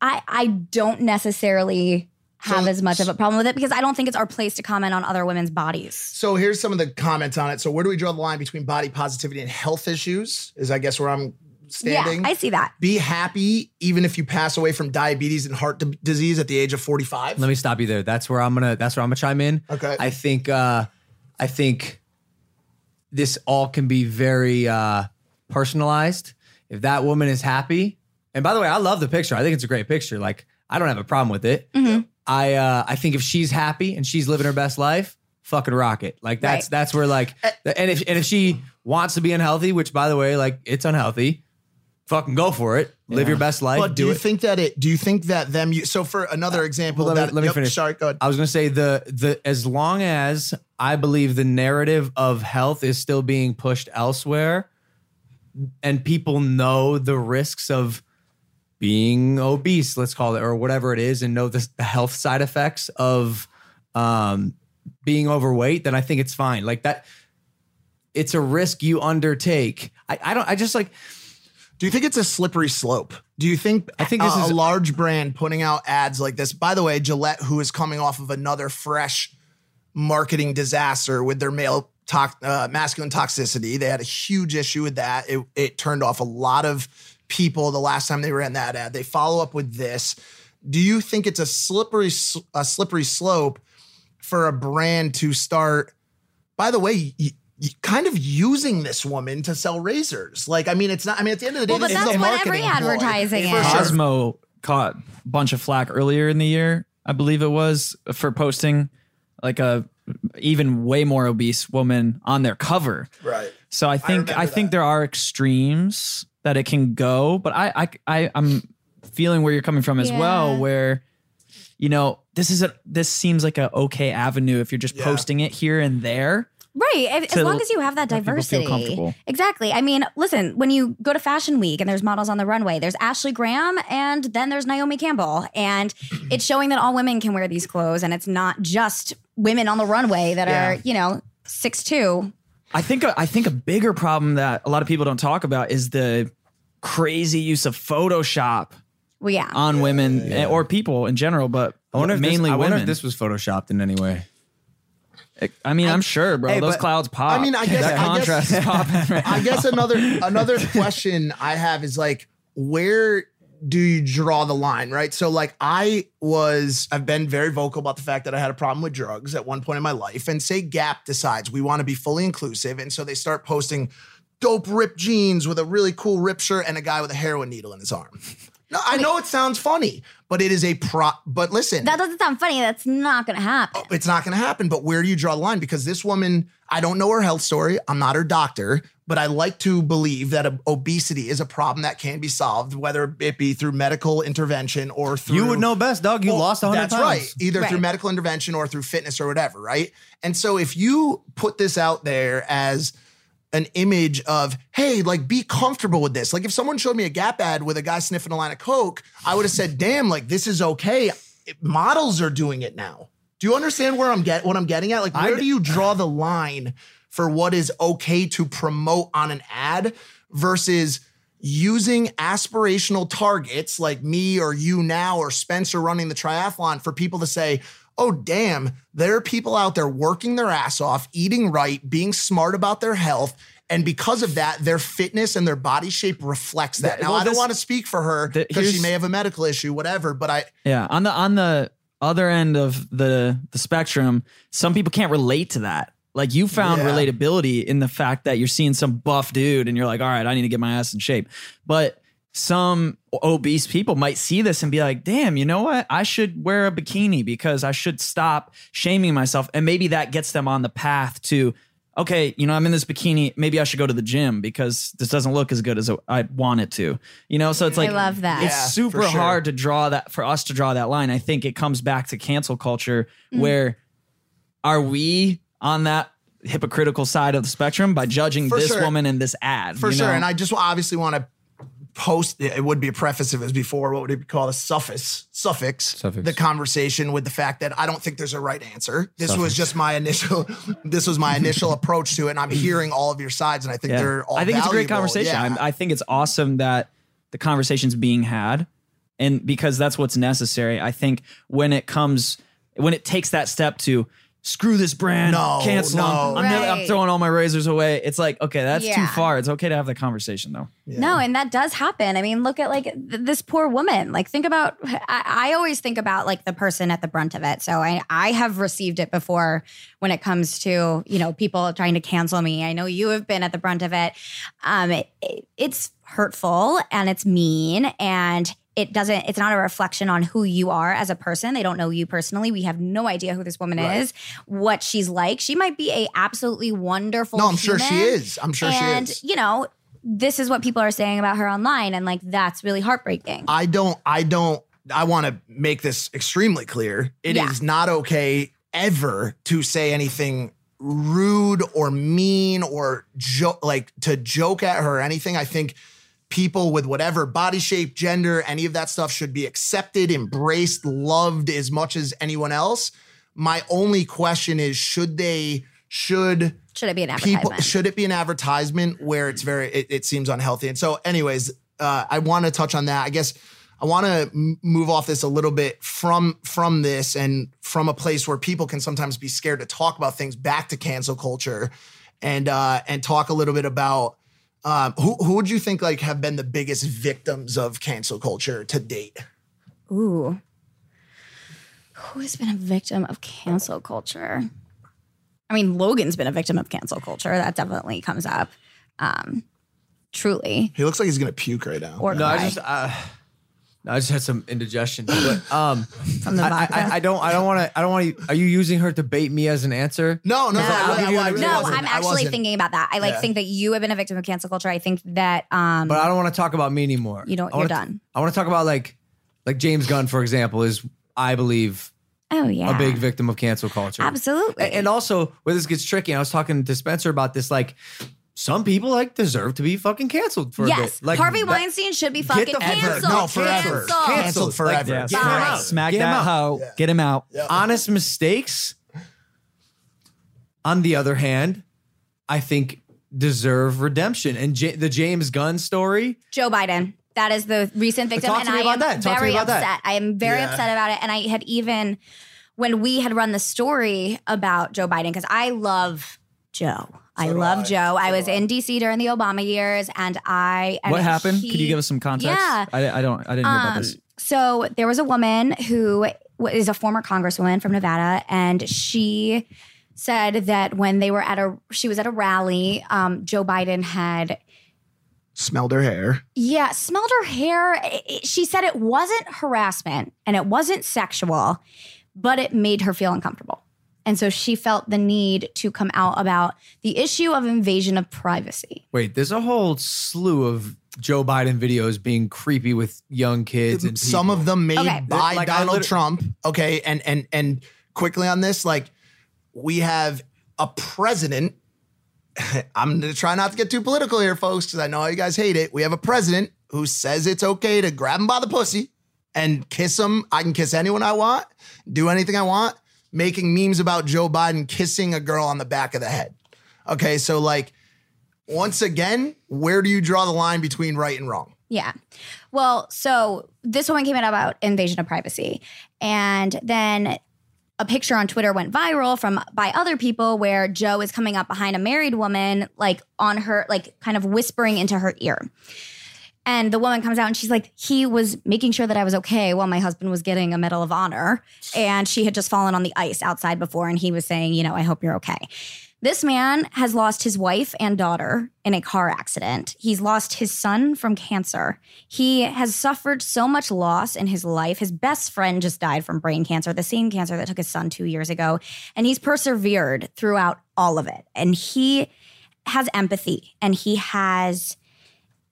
I, I don't necessarily have
So-
as much of a problem with it because I don't think it's our place to comment on other women's bodies.
So here's some of the comments on it. So where do we draw the line between body positivity and health issues? Is I guess where I'm
Yeah,
standing.
I see that.
Be happy even if you pass away from diabetes and heart d- disease at the age of 45.
Let me stop you there. That's where I'm gonna. That's where I'm gonna chime in.
Okay.
I think. Uh, I think this all can be very uh, personalized. If that woman is happy, and by the way, I love the picture. I think it's a great picture. Like I don't have a problem with it. I uh, I think if she's happy and she's living her best life, fucking rock it. Like that's
Right.
that's where like and if and if she wants to be unhealthy, which by the way, like it's unhealthy, fucking go for it. Live your best life.
but do,
do
you
it. Uh,
think that it? Do you think that them? You, so for another example,
Well, let me-
that,
let me
yep,
finish. Uh,
Sorry, go ahead.
I was going to say the the as long as I believe the narrative of health is still being pushed elsewhere, and people know the risks of being obese, let's call it, or whatever it is, and know the, the health side effects of um, being overweight, then I think it's fine. Like that, it's a risk you undertake. I, I don't. I just like
Do you think it's a slippery slope? Do you think I
think this
a,
is-
a large brand putting out ads like this? By the way, Gillette, who is coming off of another fresh marketing disaster with their male tox uh, masculine toxicity, they had a huge issue with that. It, it turned off a lot of people the last time they ran that ad. They follow up with this. Do you think it's a slippery s- a slippery slope for a brand to start? By the way. Y- y- kind of using this woman to sell razors. Like, I mean, it's not, I mean, at the end of the day,
Well, but
this is
that's
a
what
marketing
every
ploy.
advertising
For
is.
sure.
Cosmo caught a bunch of flack earlier in the year, I believe it was, for posting like a even way more obese woman on their cover.
Right.
So I think
remember
I, think
that.
there are extremes that it can go, but I I, I I'm feeling where you're coming from as well,
Yeah.
where you know this is a this seems like a okay avenue if you're just
Yeah.
posting it here and there.
Right. If, as
to
long as you have that
let people feel
diversity.
comfortable.
Exactly. I mean, listen, when you go to Fashion Week and there's models on the runway, there's Ashley Graham and then there's Naomi Campbell. And it's showing that all women can wear these clothes and it's not just women on the runway that
Yeah.
are, you know, six two.
I think I think a bigger problem that a lot of people don't talk about is the crazy use of Photoshop
Well, yeah.
on women eh, or people in general, but
I wonder if
mainly
this, I
women.
wonder if this was photoshopped in any way.
I mean, I, am sure, bro.
Hey,
those
but-
clouds pop.
I mean, I guess- I
that
guess-
contrast is popping. right?
I guess another another question I have is like, where do you draw the line, right? So like, I was I've been very vocal about the fact that I had a problem with drugs at one point in my life, and say Gap decides we want to be fully inclusive, and so they start posting dope ripped jeans with a really cool rip shirt and a guy with a heroin needle in his arm. No, I know it sounds funny, but it is a prop. But listen,
that doesn't sound funny. That's not going to happen.
it's not going to happen. But where do you draw the line? Because this woman, I don't know her health story. I'm not her doctor, but I like to believe that ob- obesity is a problem that can be solved, whether it be through medical intervention or through.
You would know best, dog. You
Well,
lost 100
That's
pounds.
right. Either through
Right.
medical intervention or through fitness or whatever, right? And so if you put this out there as an image of, hey, like be comfortable with this. Like if someone showed me a Gap ad with a guy sniffing a line of Coke, I would have said, damn, like this is okay. It- models are doing it now. Do you understand where I'm get what I'm getting at? Like where do you draw the line for what is okay to promote on an ad versus using aspirational targets like me or you now or Spencer running the triathlon for people to say, oh, damn, there are people out there working their ass off, eating right, being smart about their health. And because of that, their fitness and their body shape reflects that.
Th-
Now,
well,
I don't
this-
want to speak for her
th-
because she
here's-
may have a medical issue, whatever, but I,
Yeah, on the on the other end of the the spectrum, some people can't relate to that. Like you found
Yeah.
relatability in the fact that you're seeing some buff dude and you're like, "All right, I need to get my ass in shape." But some obese people might see this and be like, "Damn, you know what? I should wear a bikini because I should stop shaming myself." And maybe that gets them on the path to Okay, you know, I'm in this bikini. Maybe I should go to the gym because this doesn't look as good as I want it to. You know, so it's like
love that.
It's
Yeah, for
super
sure.
hard hard to draw that for us to draw that line. I think it comes back to cancel culture
Mm-hmm.
where are we on that hypocritical side of the spectrum by judging
For
this
sure.
woman and this ad?
for
you
sure.
know?
And I just obviously want to post it would be a preface if it was before what would it be called a suffix suffix,
Suffix.
the conversation with the fact that i don't think there's a right answer this was just my initial this was my initial approach to it and i'm hearing all of your sides and i think
Yeah.
they're all
I think it's a great
valuable.
conversation.
Yeah.
I'm- I think it's awesome that the conversation's being had, and because that's what's necessary. I think when it comes, when it takes that step to screw this brand,
No,
cancel 'em.
no.
I'm, never- I'm
Right.
throwing all my razors away. It's like okay, that's too
Yeah.
far. It's okay to have the conversation though.
No, and that does happen. I mean, look at like th- this poor woman. Like, think about. I, I always think about like the person at the brunt of it. So I, I have received it before when it comes to you know people trying to cancel me. I know you have been at the brunt of it. Um, it, it- it's hurtful and it's mean and. It doesn't, it's not a reflection on who you are as a person. They don't know you personally. We have no idea who this woman is, what she's like. She might be a absolutely wonderful
No, I'm sure she
human
is. I'm sure
and
she is.
you know this is what people are saying about her online and like that's really heartbreaking
I don't, I don't, I want to make this extremely clear. It is
Yeah.
not okay ever to say anything rude or mean or jo- like to joke at her or anything. I think people with whatever body shape, gender, any of that stuff should be accepted, embraced, loved as much as anyone else. My only question is should they, should,
should it be an
people
advertisement
should it be an advertisement where it's very it, it seems unhealthy and so anyways uh, i want to touch on that i guess i want to m- move off this a little bit from from this and from a place where people can sometimes be scared to talk about things back to cancel culture and uh and talk a little bit about um, who who would you think like have been the biggest victims of cancel culture to date?
ooh who has been a victim of cancel culture i mean logan's been a victim of cancel culture that definitely comes up um truly
He looks like he's gonna puke right now.
or
No, I
cry
just uh, no, I just had some indigestion. But um,
from the
I,
vodka.
I, I don't I don't want to I don't want to. Are you using her to bait me as an answer?
no, no, no,
no,
I- I- I really
no,
wasn't.
I'm
I
actually
wasn't.
thinking about that. I like
Yeah.
think that you have been a victim of cancel culture. I think that um
But I don't want to talk about me anymore.
You don't-
I wanna
you're
t-
done.
I want to talk about like like James Gunn for example is I believe
oh yeah.
a big victim of cancel culture.
Absolutely.
And, and also where this gets tricky, and I was talking to Spencer about this. Like some people like deserve to be fucking canceled for a
yes,
bit. Like
Harvey
that-
Weinstein should be
Get
fucking
the-
Ever.
canceled.
No, forever.
Canceled.
Canceled
Like,
forever.
Yeah,
Get him
smack-
out.
smack
Get him
that
out.
hoe. Get him out.
honest mistakes on the other hand i think deserve redemption and J- the james gunn story
Joe Biden. That is the recent victim,
Talk to
and I
me about
am
that. Talk to me
very
about that.
upset. I am very upset about it, and I had even when we had run the story about Joe Biden because I love Joe. I love Joe. I was in DC during the Obama years, and I. I
what
mean,
happened? Could
he-
you give us some context?
Yeah. Um,
I, I don't. I didn't hear about this.
So there was a woman who wa- is a former congresswoman from Nevada, and she said that when they were at a she was at a rally, um, Joe Biden had
Smelled her hair.
yeah, smelled her hair. I- I- She said it wasn't harassment and it wasn't sexual, but it made her feel uncomfortable. And so she felt the need to come out about the issue of invasion of privacy.
wait there's a whole slew of joe biden videos being creepy with young kids and
some
people.
of them made
Okay.
by
Like, I
Donald
lit-
Trump. Okay, and and and quickly on this, like we have a president. I'm gonna try not to get too political here, folks, because I know you guys hate it. We have a president who says it's okay to grab him by the pussy and kiss him. I can kiss anyone I want, do anything I want. Making memes about Joe Biden kissing a girl on the back of the head. Okay, so like once again, where do you draw the line between right and wrong?
Yeah. Well, so this woman came out about invasion of privacy. And then a picture on Twitter went viral from by other people where Joe is coming up behind a married woman, like on her, like kind of whispering into her ear. And the woman comes out and she's like, he was making sure that I was okay while my husband was getting a Medal of Honor. And she had just fallen on the ice outside before. And he was saying, you know, I hope you're okay. This man has lost his wife and daughter in a car accident. He's lost his son from cancer. He has suffered so much loss in his life. His best friend just died from brain cancer, the same cancer that took his son two years ago. And he's persevered throughout all of it. And he has empathy and he has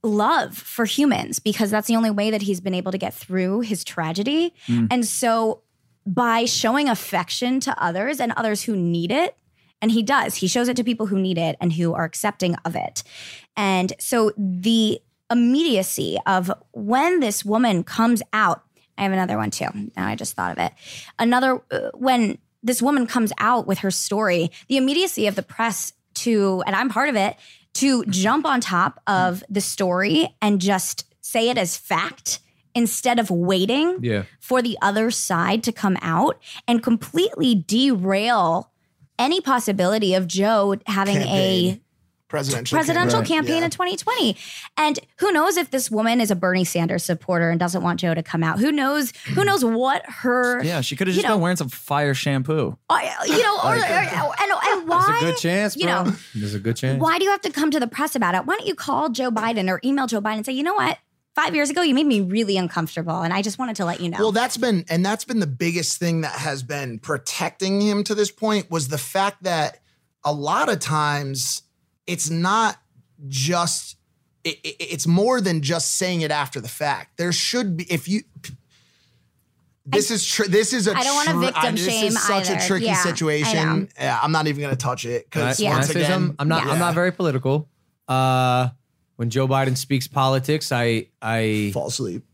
love for humans because that's the only way that he's been able to get through his tragedy. And so by showing affection to others and others who need it, and he does, he shows it to people who need it and who are accepting of it. And so the immediacy of when this woman comes out, I have another one too. Now I just thought of it. Another, uh, when this woman comes out with her story, the immediacy of the press to, and I'm part of it, to jump on top of the story and just say it as fact instead of waiting
yeah
for the other side to come out and completely derail any possibility of Joe having a
Campaign. presidential
presidential campaign
Yeah.
in 2020. And who knows if this woman is a Bernie Sanders supporter and doesn't want Joe to come out? Who knows? Who knows what her?
Yeah, she could have
You
just
know-
been wearing some fire shampoo.
I- you know, or, or- and, and why?
There's a good chance, bro.
you know,
There's a good chance.
Why do you have to come to the press about it? Why don't you call Joe Biden or email Joe Biden and say, you know what? Five years ago, you made me really uncomfortable, and I just wanted to let you know.
Well, that's been and that's been the biggest thing that has been protecting him to this point was the fact that a lot of times it's not just it, it- it's more than just saying it after the fact. There should be if you this is true. This is a.
I don't wanna
tru-
victim
this
shame
is such
either.
a tricky
Yeah, I know.
situation. Yeah, I'm not even going to touch it
Can I-
because
can I
once
say
again,
something? I'm not.
Yeah.
I'm not very political. Uh, when Joe Biden speaks politics, I I
fall asleep.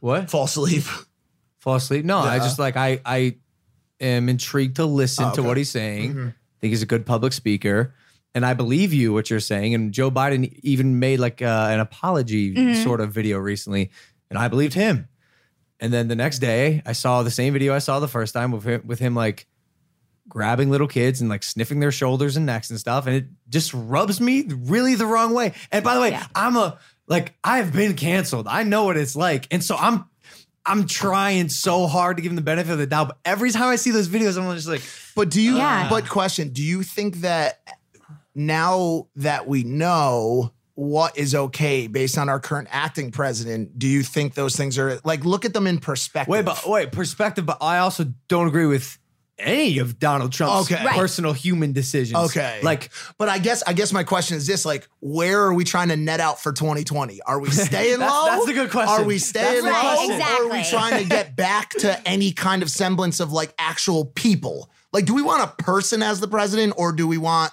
what
Fall asleep.
fall asleep. No, I
Yeah.
just like I I am intrigued to listen
Oh,
to
okay.
what he's saying. I think he's a good public speaker, and I believe you what you're saying. And Joe Biden even made like uh, an apology sort of video recently, and I believed him. And then the next day, I saw the same video I saw the first time with him, with him like grabbing little kids and like sniffing their shoulders and necks and stuff. And it just rubs me really the wrong way. And by the way, I'm a like I've been canceled. I know what it's like. And so I'm I'm trying so hard to give him the benefit of the doubt. But every time I see those videos, I'm just like,
But do you?
Yeah.
But question: Do you think that now that we know what is okay based on our current acting president, do you think those things are like look at them in perspective?
wait, but wait, perspective, but I also don't agree with any of Donald Trump's
Okay. Right.
personal human decisions.
Okay.
Like
but I guess I guess my question is this: like, where are we trying to net out for 2020? Are we staying
That's-
low?
that's a good question.
Are we staying
That's a
low?
good
Or
question.
are we
Exactly.
trying to get back to any kind of semblance of like actual people? Like, do we want a person as the president, or do we want,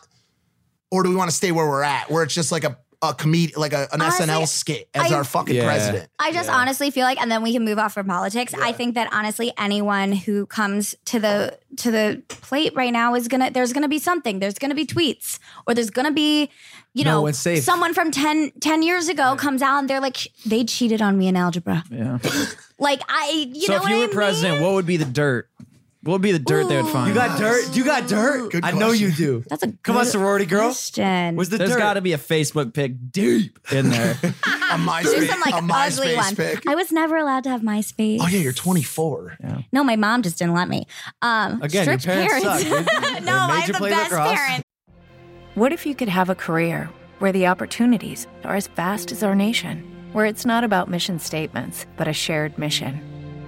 or do we want to stay where we're at, where it's just like a a comedian, like a, an
Honestly,
SNL skit as
I-
our fucking
Yeah.
president?
I just honestly feel like, and then we can move off from politics. I think that honestly, anyone who comes to the to the plate right now is gonna. There's gonna be something. There's gonna be tweets, or there's gonna be, you
No
know,
one's safe.
someone from 10, 10 years ago comes out and they're like, they cheated on me in algebra.
Yeah.
Like I, you
so
know,
if
what
you
I
were
mean?
president, what would be the dirt? What would be the dirt they would
Ooh.
find?
you got dirt. You got dirt.
Good
I know
question.
you do.
That's a
Come on,
good
sorority girl.
Question.
Where's the
There's
dirt?
got to be a Facebook pic deep in there.
A
Do
MySpace,
some like
a
ugly
MySpace
one.
pic.
I was never allowed to have MySpace.
Oh yeah, you're 24.
No, my mom just didn't let me. Um,
Again, your
strict
parents
parents.
suck. They- they
no, I
made
have
you
the
play
best
lacrosse.
parents.
What if you could have a career where the opportunities are as vast as our nation, where it's not about mission statements, but a shared mission?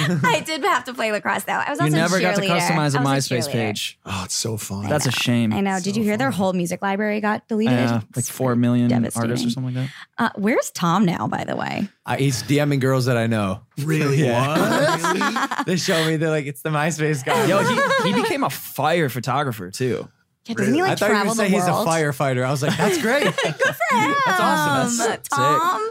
I did have to play lacrosse though. I was
you
also
never
a
got to
cheerleader.
customize a
I was
MySpace
cheerleader.
page.
Oh, it's so fun.
That's a shame.
I know. did you hear their whole music library got deleted?
Yeah, like
It's
four million
devastating.
artists or something like that.
Uh, where's Tom now? By the way,
I, he's DMing girls that I know.
Really? What? Really?
They show me. They're like, it's the MySpace guy.
Yo, he, he became a fire photographer too.
yeah, doesn't he
I
like
thought you were
travel
gonna
the
say he's a
world?
firefighter. I was like, that's great.
That's
awesome. That's sick.
Tom.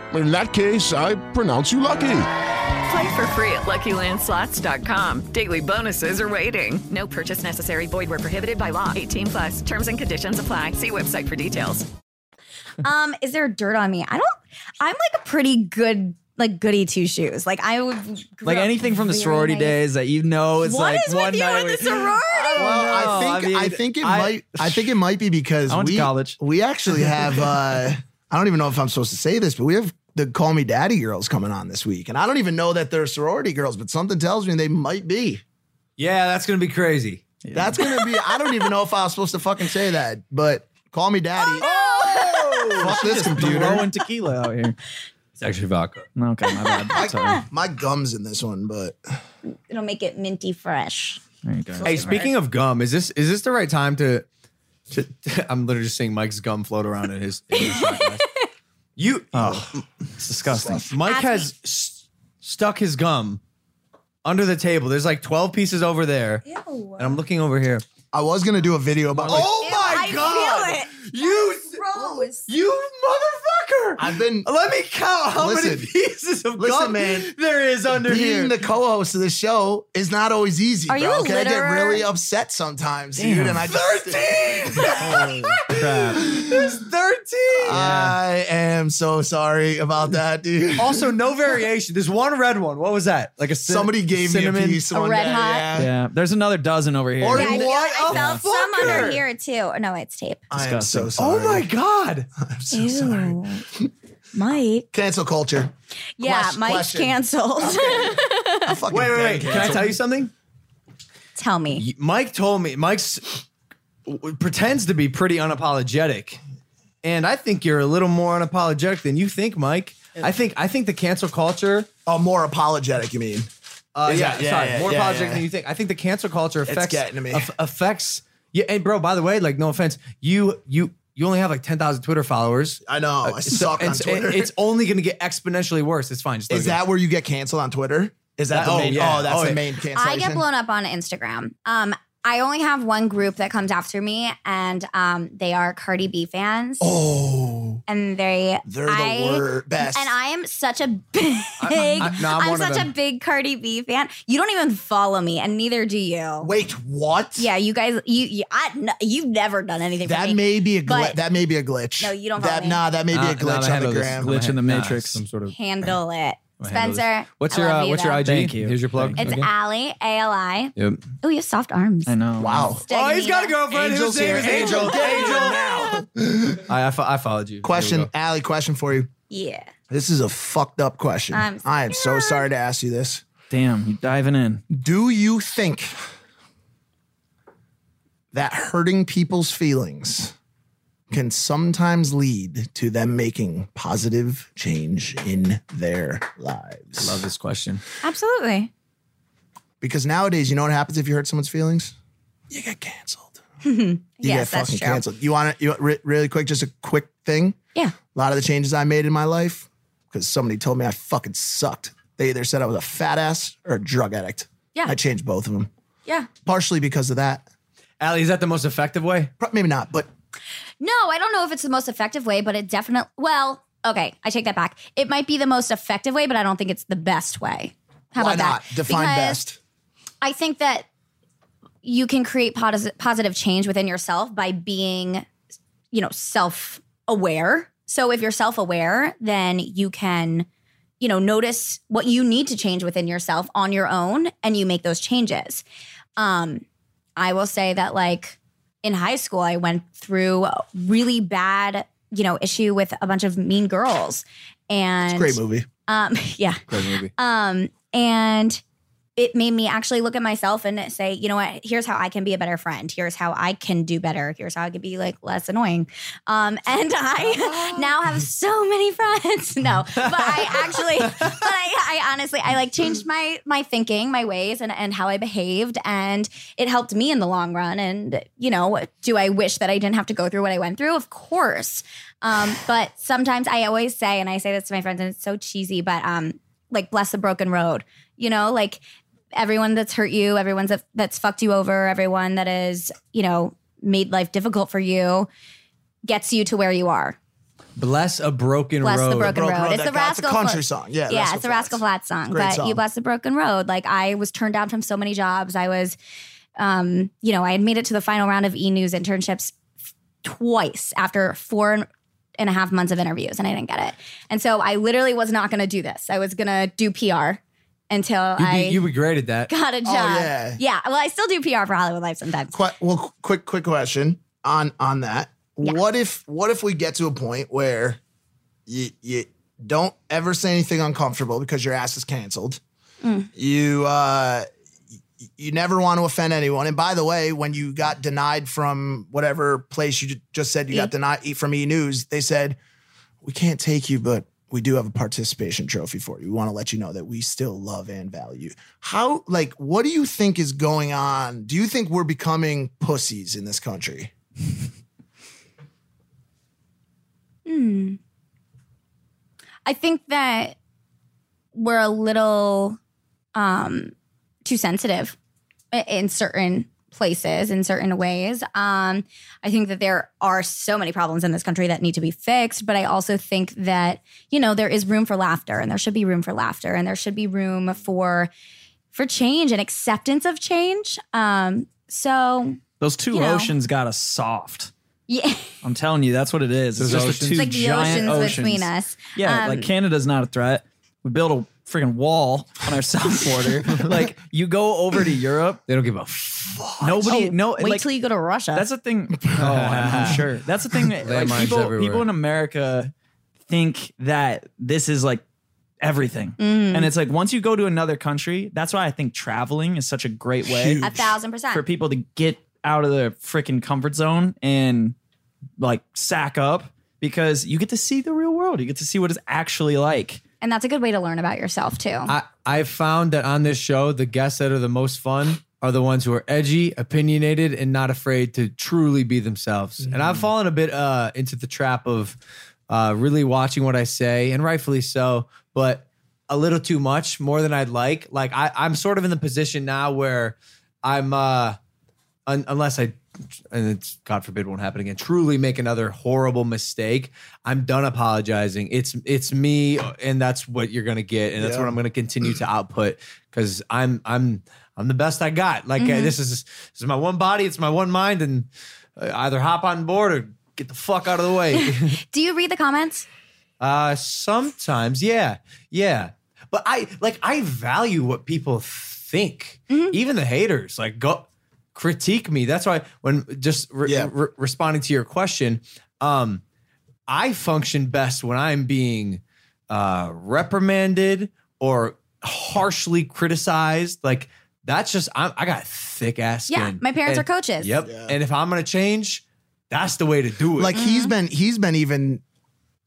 In that case, I pronounce you lucky.
Play for free at LuckyLandSlots.com. Daily bonuses are waiting. No purchase necessary. Void were prohibited by law. 18 plus. Terms and conditions apply. See website for details.
Um, is there dirt on me? I don't. I'm like a pretty good, like goody two shoes. Like I would grew
Like
up
anything from the
very
sorority
nice.
days that you know it's
What
like
is
one
with you
night
and
we-
the sorority?
Well,
No,
Oh, I think I,
mean,
think it
I-
might. I think it might be because
I went to
we
college.
we actually have. Uh, I don't even know if I'm supposed to say this, but we have the "Call Me Daddy" girls coming on this week, and I don't even know that they're sorority girls, but something tells me they might be.
yeah, that's gonna be crazy.
That's gonna be. I don't even know if I was supposed to fucking say that, but "Call Me Daddy." Fuck this computer.
throwing tequila out here.
It's actually vodka.
Okay, my bad. Sorry.
My gums in this one, but
It'll make it minty fresh.
There you go.
Hey, speaking of gum, is this is this the right time to? to I'm literally just seeing Mike's gum float around in his. In his shot glass. You, Oh, it's disgusting. Mike
Ask
has s- stuck his gum under the table. There's like 12 pieces over there.
Ew.
And I'm looking over here.
I was gonna do a video about.
Oh my
I
god!
feel it.
You,
Gross.
you motherfucker!
I've been
Let me count how many
Listen.
pieces of
Listen,
gum
man.
there is under here.
being the co-host of the show is not always easy.
Are
bro.
you a
okay? I get
litterer?
really upset sometimes, dude,
Damn.
and I just.
Thirteen. Oh,
Holy crap.
There's thirteen.
I am so sorry about that, dude.
Also, no variation. There's one red one. What was that? Like a cin-
Somebody gave
cinnamon.
me a piece.
A
one
red
day,
hot?
Yeah.
Yeah, there's another dozen over here.
Or-
Yeah, I, feel,
What
I
a
felt some under
fucker.
here too. Oh, No, it's tape.
I am so
Oh
sorry.
my god!
so sorry.
Mike.
Cancel culture.
Yeah,
Quest-
Mike's
question.
canceled.
I fucking
Wait, wait,
beg
wait. Can I
cancel.
tell you something?
Tell me.
Y- Mike told me Mike's w- pretends to be pretty unapologetic, and I think you're a little more unapologetic than you think, Mike. I think I think the cancel culture.
Oh, more apologetic, you mean? Yeah,
Uh, yeah,
yeah,
sorry,
yeah,
more
yeah,
apologetic
yeah.
than you think. I think the cancel culture affects
getting to me.
aff- affects. Yeah, and bro, by the way, like no offense, you you you only have like ten thousand Twitter followers.
I know. I
Uh, So-
suck
and
on
so-
Twitter.
and it's only going to get exponentially worse. It's fine. Just let
is
it go.
that where you get canceled on Twitter? Is that,
That-
the
oh,
main?
yeah.
Oh, that's
Oh,
the
yeah.
main
I
cancellation.
get blown up on Instagram. Um, I only have one group that comes after me, and um, they are Cardi B fans,
oh,
and they
they're
I-
the wor- best.
And I am such a big, I,
I- no, I'm
am
one of
such a
them.
big Cardi B fan. You don't even follow me, and neither do you.
Wait, what?
Yeah, you guys, you, you I, no, you've never done anything for
That
me.
may be a gli-
But-
that may be a glitch.
No, you don't follow
That
me.
nah, that may be
Ah, Nah,
a glitch
nah, my
on the
handle is-
gram.
Glitch in the
Nah,
Matrix.
some sort of.
handle it,
my handle is-
Spencer.
What's
I
your
love
uh,
you,
What's your
though.
IG?
Thank you.
Here's your plug.
It's
Okay.
Allie, A L I.
Yep.
Oh, you have soft arms.
I know.
Wow.
Oh, he's
Steganina.
got a girlfriend.
Angel's
His name
here.
is Angel.
Angel. Get Angel now.
I, I, fo- I followed you. Here
Question,
we go.
Allie, question for you.
Yeah.
This is a fucked up question.
I'm
I am so sorry to ask you this.
Damn, you diving in.
Do you think that hurting people's feelings can sometimes lead to them making positive change in their lives?
Love this question.
Absolutely.
Because nowadays, you know what happens if you hurt someone's feelings? You get canceled. You
yes, that's
get fucking
true.
canceled. You want to, you, re- really quick, just a quick thing.
Yeah.
A lot of the changes I made in my life, because somebody told me I fucking sucked. They either said I was a fat ass or a drug addict.
Yeah.
I changed both of them,
Yeah.
partially because of that.
Allie, is that the most effective way?
Pro- Maybe not, but
No, I don't know if it's the most effective way, but it definitely, well, okay, I take that back. It might be the most effective way, but I don't think it's the best way. How
why
about
not?
that?
Define
Because
best.
I think that you can create posi- positive change within yourself by being, you know, self aware. So if you're self aware, then you can, you know, notice what you need to change within yourself on your own and you make those changes. Um, I will say that, like, in high school, I went through a really bad, you know, issue with a bunch of mean girls. And
Great movie.
um, yeah.
Great movie.
Um, and it made me actually look at myself and say, you know what? Here's how I can be a better friend. Here's how I can do better. Here's how I can be like less annoying. Um, and I now have so many friends. No, but I actually, but I, I honestly, I like changed my my thinking, my ways, and and how I behaved, and it helped me in the long run. And you know, do I wish that I didn't have to go through what I went through? Of course. Um, but sometimes I always say, and I say this to my friends, and it's so cheesy, but um, like bless the broken road you know like everyone that's hurt you everyone that, that's fucked you over everyone that has you know made life difficult for you gets you to where you are
Bless a broken
Bless the
road.
broken
Broke
road. It's
that-
the
that's
Rascal
a country
Flatts.
song. Yeah,
yeah, it's a Rascal Flatts song.
Great
but
song.
you bless the broken road. Like I was turned down from so many jobs. I was, um, you know, I had made it to the final round of E News internships twice after four and a half months of interviews, and I didn't get it. And so I literally was not going to do this. I was going to do PR until
You,
I
be- you regretted that.
got a job.
yeah.
Well, I still do PR for Hollywood Life sometimes.
Qu- well, qu- quick, quick question on on that.
Yeah.
What if what if we get to a point where you you don't ever say anything uncomfortable because your ass is canceled. You uh, y- you never want to offend anyone. And by the way, when you got denied from whatever place you ju- just said you got denied from E News, they said we can't take you, but we do have a participation trophy for you. We want to let you know that we still love and value. How, like, what do you think is going on? Do you think we're becoming pussies in this country?
I think that we're a little um, too sensitive i- in certain places, in certain ways. Um, I think that there are so many problems in this country that need to be fixed, but I also think that you know there is room for laughter, and there should be room for laughter, and there should be room for for change and acceptance of change. Um, so
Those two
You know.
oceans got us soft.
yeah.
I'm telling you, that's what it is. It's just
Those
the
oceans.
two
It's
like the oceans
giant oceans
between us.
Yeah,
Um,
like Canada's not a threat. We built a freaking wall on our south border. like you go over to Europe,
They don't give a f-
nobody, no,
Oh, Wait
like,
till you go to Russia.
That's the thing. Oh, I'm I'm sure. That's the thing. That, like,
Landmines
people,
everywhere.
people in America think that this is like everything,
Mm.
and it's like once you go to another country, that's why I think traveling is such a great way
a thousand percent.
for people to get out of their freaking comfort zone and like sack up because you get to see the real world. You get to see what it's actually like.
and that's a good way to learn about yourself too.
I, I've found that on this show, the guests that are the most fun are the ones who are edgy, opinionated, and not afraid to truly be themselves. And I've fallen a bit uh, into the trap of uh, really watching what I say, and rightfully so, but a little too much, more than I'd like. Like I, I'm sort of in the position now where I'm, uh, un- unless I, and it's God forbid won't happen again. Truly make another horrible mistake. I'm done apologizing. It's it's me, and that's what you're gonna get, and that's what I'm gonna continue to output because I'm I'm I'm the best I got. Like uh, this is this is my one body, it's my one mind, and uh, either hop on board or get the fuck out of the way.
Do you read the comments?
Uh sometimes, yeah. Yeah. But I like I value what people think.
Mm-hmm.
Even the haters like go critique me. That's why when just re-
Yeah.
re- responding to your question, um I function best when I'm being uh reprimanded or harshly criticized. Like that's just I'm, I got thick ass skin.
Yeah, my parents
And-
are coaches.
Yep.
Yeah.
And if I'm going to change, that's the way to do it.
Like he's been he's been even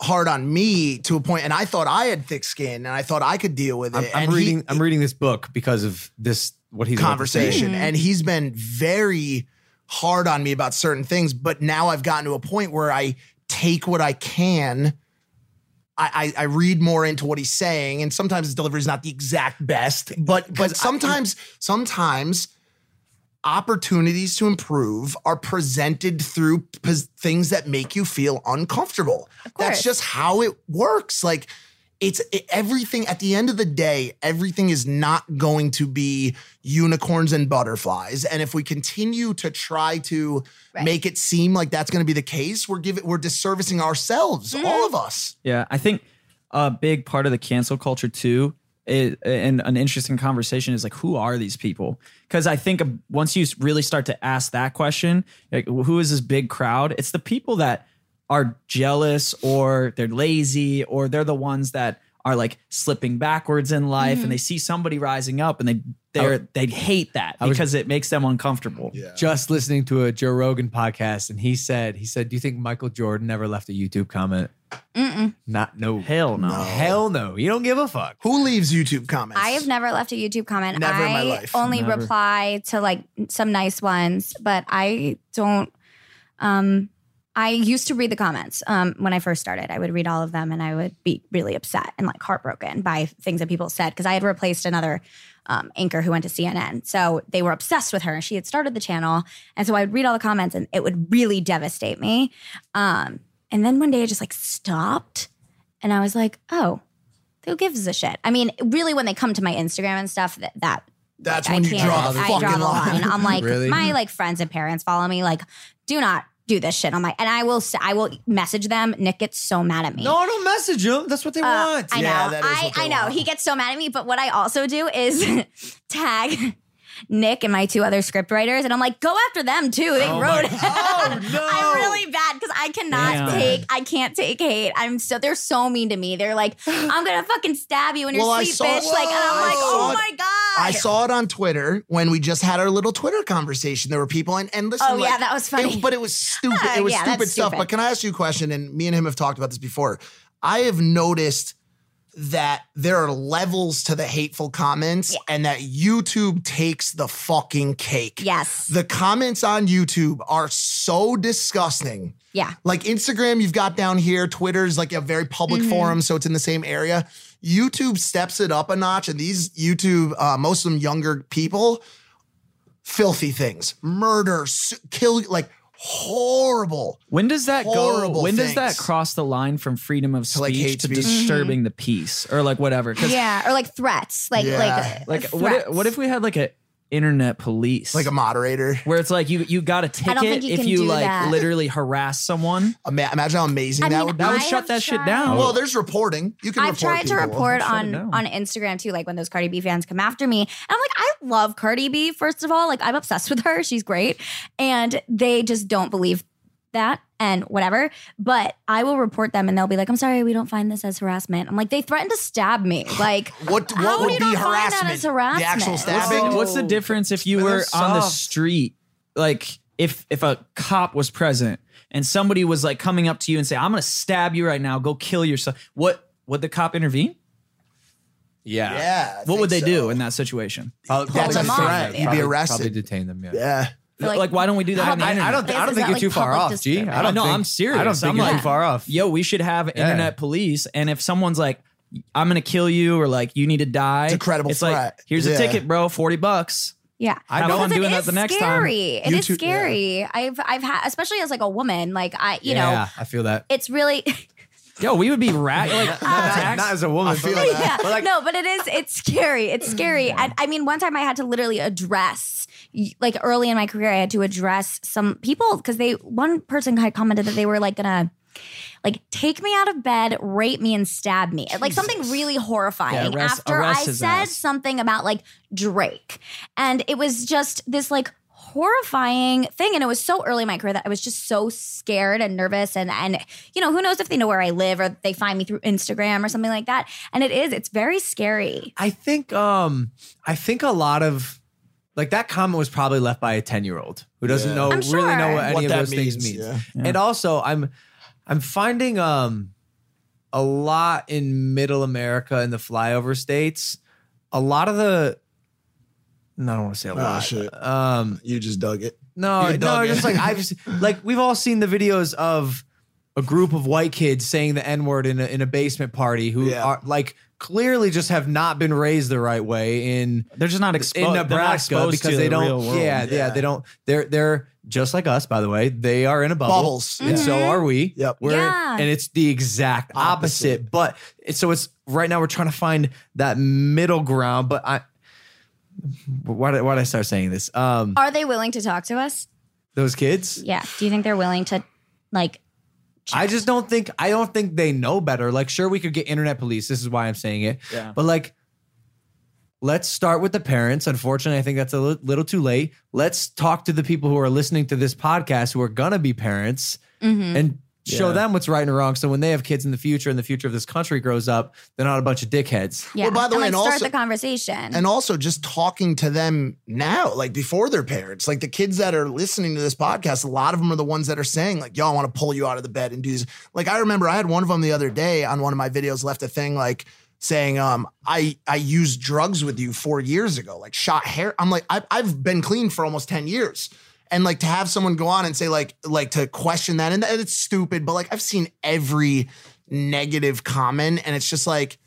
hard on me to a point, and I thought I had thick skin and I thought I could deal with it.
I'm, I'm
and he-
reading. I'm reading this book because of this. What he's about to
conversation,
say.
and he's been very hard on me about certain things. But now I've gotten to a point where I take what I can. I, I, I read more into what he's saying, and sometimes his delivery is not the exact best, but but sometimes sometimes opportunities to improve are presented through pos- things that make you feel uncomfortable. That's
course.
just how it works. Like it's it- everything at the end of the day, everything is not going to be unicorns and butterflies. And if we continue to try to make it seem like that's going to be the case, we're giving we're disservicing ourselves, all
Mm-hmm.
of us.
Yeah, I think a big part of the cancel culture too, is, and an interesting conversation is like, who are these people? Because I think uh, once you really start to ask that question, like, who is this big crowd? It's the people that are jealous or they're lazy or they're the ones that are like slipping backwards in life and they see somebody rising up and they they they hate that because it makes them uncomfortable. Yeah.
Just listening to a Joe Rogan podcast, and he said, he said, "Do you think Michael Jordan ever left a YouTube comment?" Not no
Hell no.
hell no. You don't give a fuck.
Who leaves YouTube comments?
I have never left a YouTube comment.
Never
I
in my life.
only reply to like some nice ones, but I don't. Um, I used to read the comments um, when I first started. I would read all of them, and I would be really upset and like heartbroken by things that people said because I had replaced another um, anchor who went to CNN. So they were obsessed with her. She had started the channel, and so I would read all the comments, and it would really devastate me. Um, and then one day, I just like stopped, and I was like, oh who gives a shit? I mean, really, when they come to my Instagram and stuff, that, that
That's
like,
when you
can't-
draw the
I
fucking
draw the
line.
line. I'm like,
Really?
my like friends and parents follow me. Like, do not do this shit. I'm like, and I will, s- I will message them. Nick gets so mad at me. Uh,
No, don't message him. That's what they want.
I
Yeah,
know.
that is
I,
what they
I know.
want.
He gets so mad at me. But what I also do is tag Nick and my two other script writers, and I'm like, go after them too. They
Oh
wrote it. I'm really bad because I cannot
Damn.
take. I can't take hate. I'm so they're so mean to me. They're like, I'm gonna fucking stab you in your
Well, I
sleep,
saw-
bitch. Like, and I'm
I
like,
saw
oh
it.
my god.
I saw it on Twitter when we just had our little Twitter conversation. There were people and and listen.
Oh, yeah,
like,
that was funny.
it- but it was stupid.
Uh,
it was
yeah,
stupid
that's
stuff.
stupid.
But can I ask you a question? And me and him have talked about this before. I have noticed that there are levels to the hateful comments and that YouTube takes the fucking cake.
Yes.
The comments on YouTube are so disgusting.
Yeah.
Like Instagram, you've got down here. Twitter's like a very public
Mm-hmm.
forum, so it's in the same area. YouTube steps it up a notch, and these YouTube, uh, most of them younger people, filthy things, murder, su- kill, like horrible.
When does that
Horrible
go? When does that
things.
cross the line from freedom of speech to,
like, hate speech.
disturbing the peace or like whatever? 'Cause,
yeah, or like threats, like uh,
Yeah.
like
like what if, what if we had like a internet police
Like a moderator.
where it's like you you got a ticket
think you
if
can
you
do
like
that.
literally harass someone
Ima- imagine how amazing
I
that
mean,
would be.
that would
I
shut
have
that shit
tried-
down.
Well, there's reporting. You can.
I've
report
tried to
people.
report
Shut it
on
down.
on Instagram too, like when those Cardi B fans come after me. And I'm like, I love Cardi B, first of all. Like I'm obsessed with her. She's great. And they just don't believe that and whatever. But I will report them and they'll be like, I'm sorry, we don't find this as harassment. I'm like, they threatened to stab me. Like
What
How
what
do
would
you
be
not find that
harassment?
as harassment?
The actual
What's
What's the-
stabbing.
Oh.
what's the difference if you
But
were
they're
on the
soft.
street like if if a cop was present and somebody was like coming up to you and say i'm gonna stab you right now go kill yourself what would the cop intervene
Yeah.
Yeah. I
what would they
think so.
do uh, in that situation
Probably,
That's
probably
a
detain
threat.
them.
You'd be
Probably-
arrested.
Probably detain them. Yeah.
Yeah.
like,
Like-
why don't we do that
I,
on the
I- I
internet?
don't.
Is
I don't
that
think you're
like
too far
public
off, G. I
discrimination?
don't.
no,
think-
I'm serious.
I don't think
I'm
you're
like,
too far off.
Yo, we should have internet police. And if someone's like, I'm going to kill you or like, you need to die,
It's a credible
it's
threat.
like, here's
Yeah.
a ticket, bro, 40 bucks.
Yeah.
I
Have
know
fun
I'm
Because
doing
it
that
is
the next time.
scary. It is
YouTube- yeah.
scary. I've I've had especially as like a woman, like I you know,
Yeah, I feel that.
it's really
Yo, we would be rat. Like,
Not not as a woman.
I feel
but-
that.
yeah.
But like,
no, but it is. It's scary. It's scary. And I mean, one time I had to literally address, like early in my career, I had to address some people because they. One person had commented that they were like gonna. Like take me out of bed, rape me, and stab me. Like something really horrifying.
Yeah, arrest-
after
arrest
I
his
said
ass.
something about like Drake, and it was just this like horrifying thing. And it was so early in my career that I was just so scared and nervous. And and you know who knows if they know where I live or they find me through Instagram or something like that. And it is, it's very scary.
I think. Um. I think a lot of. Like that comment was probably left by a ten-year-old who doesn't
Yeah.
know
I'm
really know
sure.
what any
What
of
that
those things
means,
means.
yeah.
And also, I'm, I'm finding um, a lot in Middle America in the flyover states. A lot of the, no, I don't want to say a lot.
Ah, shit.
Um,
You just dug it.
No,
You
no,
dug
just
it.
like I've s- like we've all seen the videos of a group of white kids saying the N word in a, in a basement party who
Yeah.
are like clearly just have not been raised the right way in
they're just not, expo-
in Nebraska because they don't yeah, yeah they don't they're they're just like us by the way they are in a bubble
Bubbles.
and so are we
Yep.
we're in-
Yeah.
and it's the exact opposite, but it's, so it's right now we're trying to find that middle ground but I why did, why did I start saying this um
Are they willing to talk to us?
those kids
Yeah. Do you think they're willing to like
I just don't think I don't think they know better. Like, sure, we could get internet police. This is why I'm saying it.
Yeah.
But like, let's start with the parents. Unfortunately, I think that's a li- little too late. Let's talk to the people who are listening to this podcast who are gonna be parents and show
Yeah.
them what's right and wrong. So when they have kids in the future and the future of this country grows up, they're not a bunch of dickheads.
yeah.
Well, by
and,
the way,
like,
and
start
also-
the conversation.
And also just talking to them now, like before their parents, like the kids that are listening to this podcast, a lot of them are the ones that are saying, like, yo, I want to pull you out of the bed and do this. Like, I remember I had one of them the other day on one of my videos left a thing like saying, um, I, I used drugs with you four years ago, like shot hair. I'm like, I've, I've been clean for almost 10 years. And like to have someone go on and say, like, like to question that, and, that, it's stupid, but like I've seen every negative comment, and it's just like,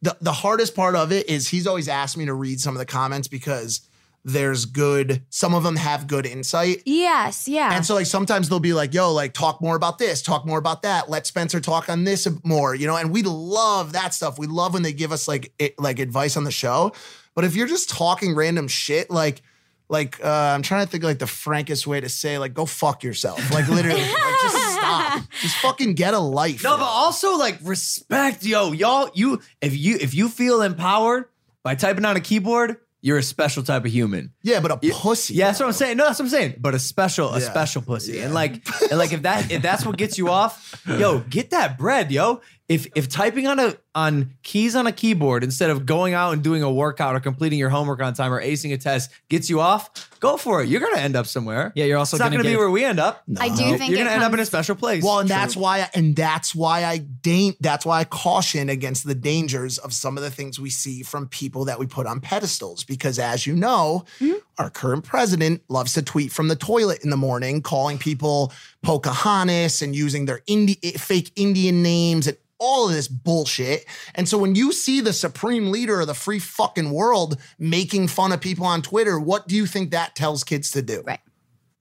the the hardest part of it is he's always asked me to read some of the comments because there's good some of them have good insight
yes. Yeah.
and so like sometimes they'll be like yo like talk more about this talk more about that let spencer talk on this more you know and we love that stuff we love when they give us like it, like advice on the show but if you're just talking random shit like like uh, i'm trying to think like the frankest way to say like go fuck yourself like literally like, just stop just fucking get a life
No, but also like respect, yo, y'all. You if you if you feel empowered by typing on a keyboard, you're a special type of human.
yeah but a pussy
Yeah, that's what I'm saying. No, that's what I'm saying. But a special, a
Yeah.
special pussy, and like, and like if that if that's what gets you off, yo, get that bread, yo. if if typing on a on keys on a keyboard instead of going out and doing a workout or completing your homework on time or acing a test gets you off, go for it. You're gonna end up somewhere. Yeah, you're also it's not
gonna
gonna be
get-
where we end up.
I do
You're
think
gonna
it
end up in a
comes-
special place.
Well, and that's why, I, and that's why I da- that's why I caution against the dangers of some of the things we see from people that we put on pedestals. Because as you know, our current president loves to tweet from the toilet in the morning, calling people Pocahontas and using their Indi- eh, fake Indian names and all of this bullshit. And so when you see the supreme leader of the free fucking world making fun of people on Twitter, what do you think that tells kids to do?
Right.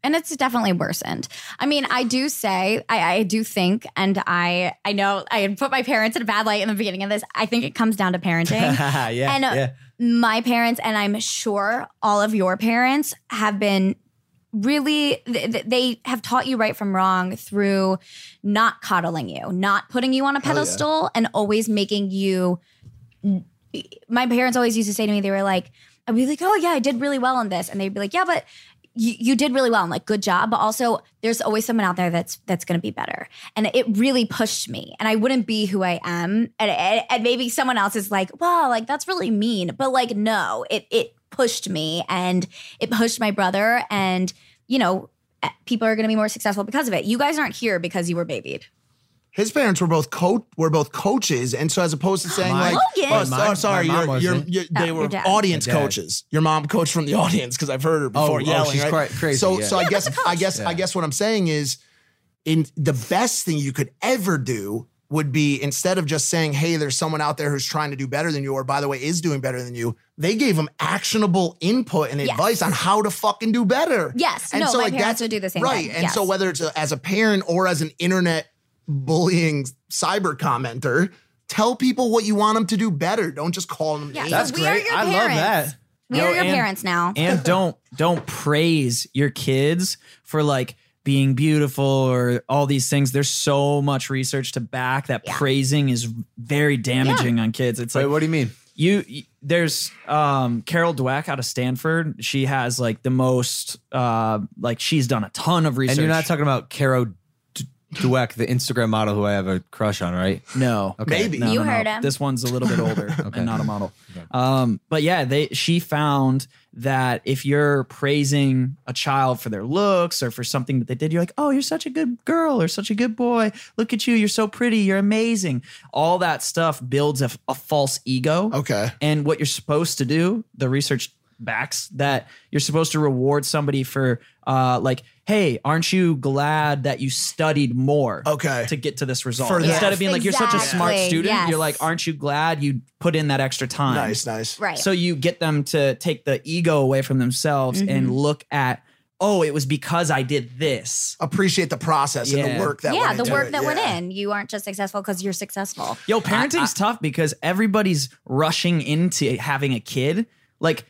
and it's definitely worsened. I mean, I do say, I, I do think, and I, I know I had put my parents in a bad light in the beginning of this. I think it comes down to parenting.
yeah,
and uh,
yeah.
my parents, and I'm sure all of your parents have been really th- th- they have taught you right from wrong through not coddling you, not putting you on a pedestal, and always making you my parents always used to say to me, they were like, I'd be like, oh yeah, I did really well on this. And they'd be like, yeah, but you, you did really well. I'm like, good job. But also there's always someone out there that's, that's going to be better. And it really pushed me and I wouldn't be who I am. And, and, and maybe someone else is like, wow, like that's really mean. But like, no, it, it pushed me and it pushed my brother and you know, eh, people are going to be more successful because of it. You guys aren't here because you were babied.
his parents were both coach were both coaches, and so as opposed to saying
Mine-
like,
Ah, Logan!
"Oh, so-
My mom-
sorry,
my mom
you're, you're,
wasn't.
you're-
Oh,
they
your
were
dad.
audience
My dad.
coaches." Your mom coached from the audience because I've heard her before
oh,
yelling.
she's
right?
quite crazy,
So,
yeah.
so I
Yeah,
guess
that's a
I
coach.
guess I guess what I'm saying is, in the best thing you could ever do would be instead of just saying, "Hey, there's someone out there who's trying to do better than you," or by the way, is doing better than you. They gave him actionable input and
Yes.
advice on how to fucking do better.
Yes. No, my parents
that's-
would do the same
Right,
thing.
and
Yes.
so whether it's a, as a parent or as an internet bullying cyber commenter, tell people what you want them to do better. Don't just call them
Yeah.
names.
That's
We are
great.
your
I love
parents.
that.
We
No,
are your
and-
parents now.
and don't don't praise your kids for like being beautiful or all these things. There's so much research to back that praising is very damaging on kids. It's
Wait,
like
what do you mean?
you y- there's um Carol Dweck out of Stanford. She has like the most uh like she's done a ton of research.
And you're not talking about Caro D- Dweck, the Instagram model who I have a crush on, right?
no.
Maybe.
No,
You
no, no.
heard him.
This one's a little bit older and not a model. Um, but yeah, they she found that if you're praising a child for their looks or for something that they did, you're like, oh, you're such a good girl or such a good boy. Look at you, you're so pretty, you're amazing. All that stuff builds a, a false ego.
Okay.
And what you're supposed to do, the research backs that you're supposed to reward somebody for uh like hey aren't you glad that you studied more
Okay.
to get to this result
For
instead
that.
of being like you're such a smart
Exactly,
student
yes.
you're like aren't you glad you put in that extra time
Nice, nice.
right.
so you get them to take the ego away from themselves
Mm-hmm.
and look at oh it was because i did this
Appreciate the process and
Yeah.
the work that
yeah,
went
the
into
work
it.
that went
Yeah.
in. You aren't just successful because you're successful.
Yo, parenting's tough because everybody's rushing into having a kid. Like,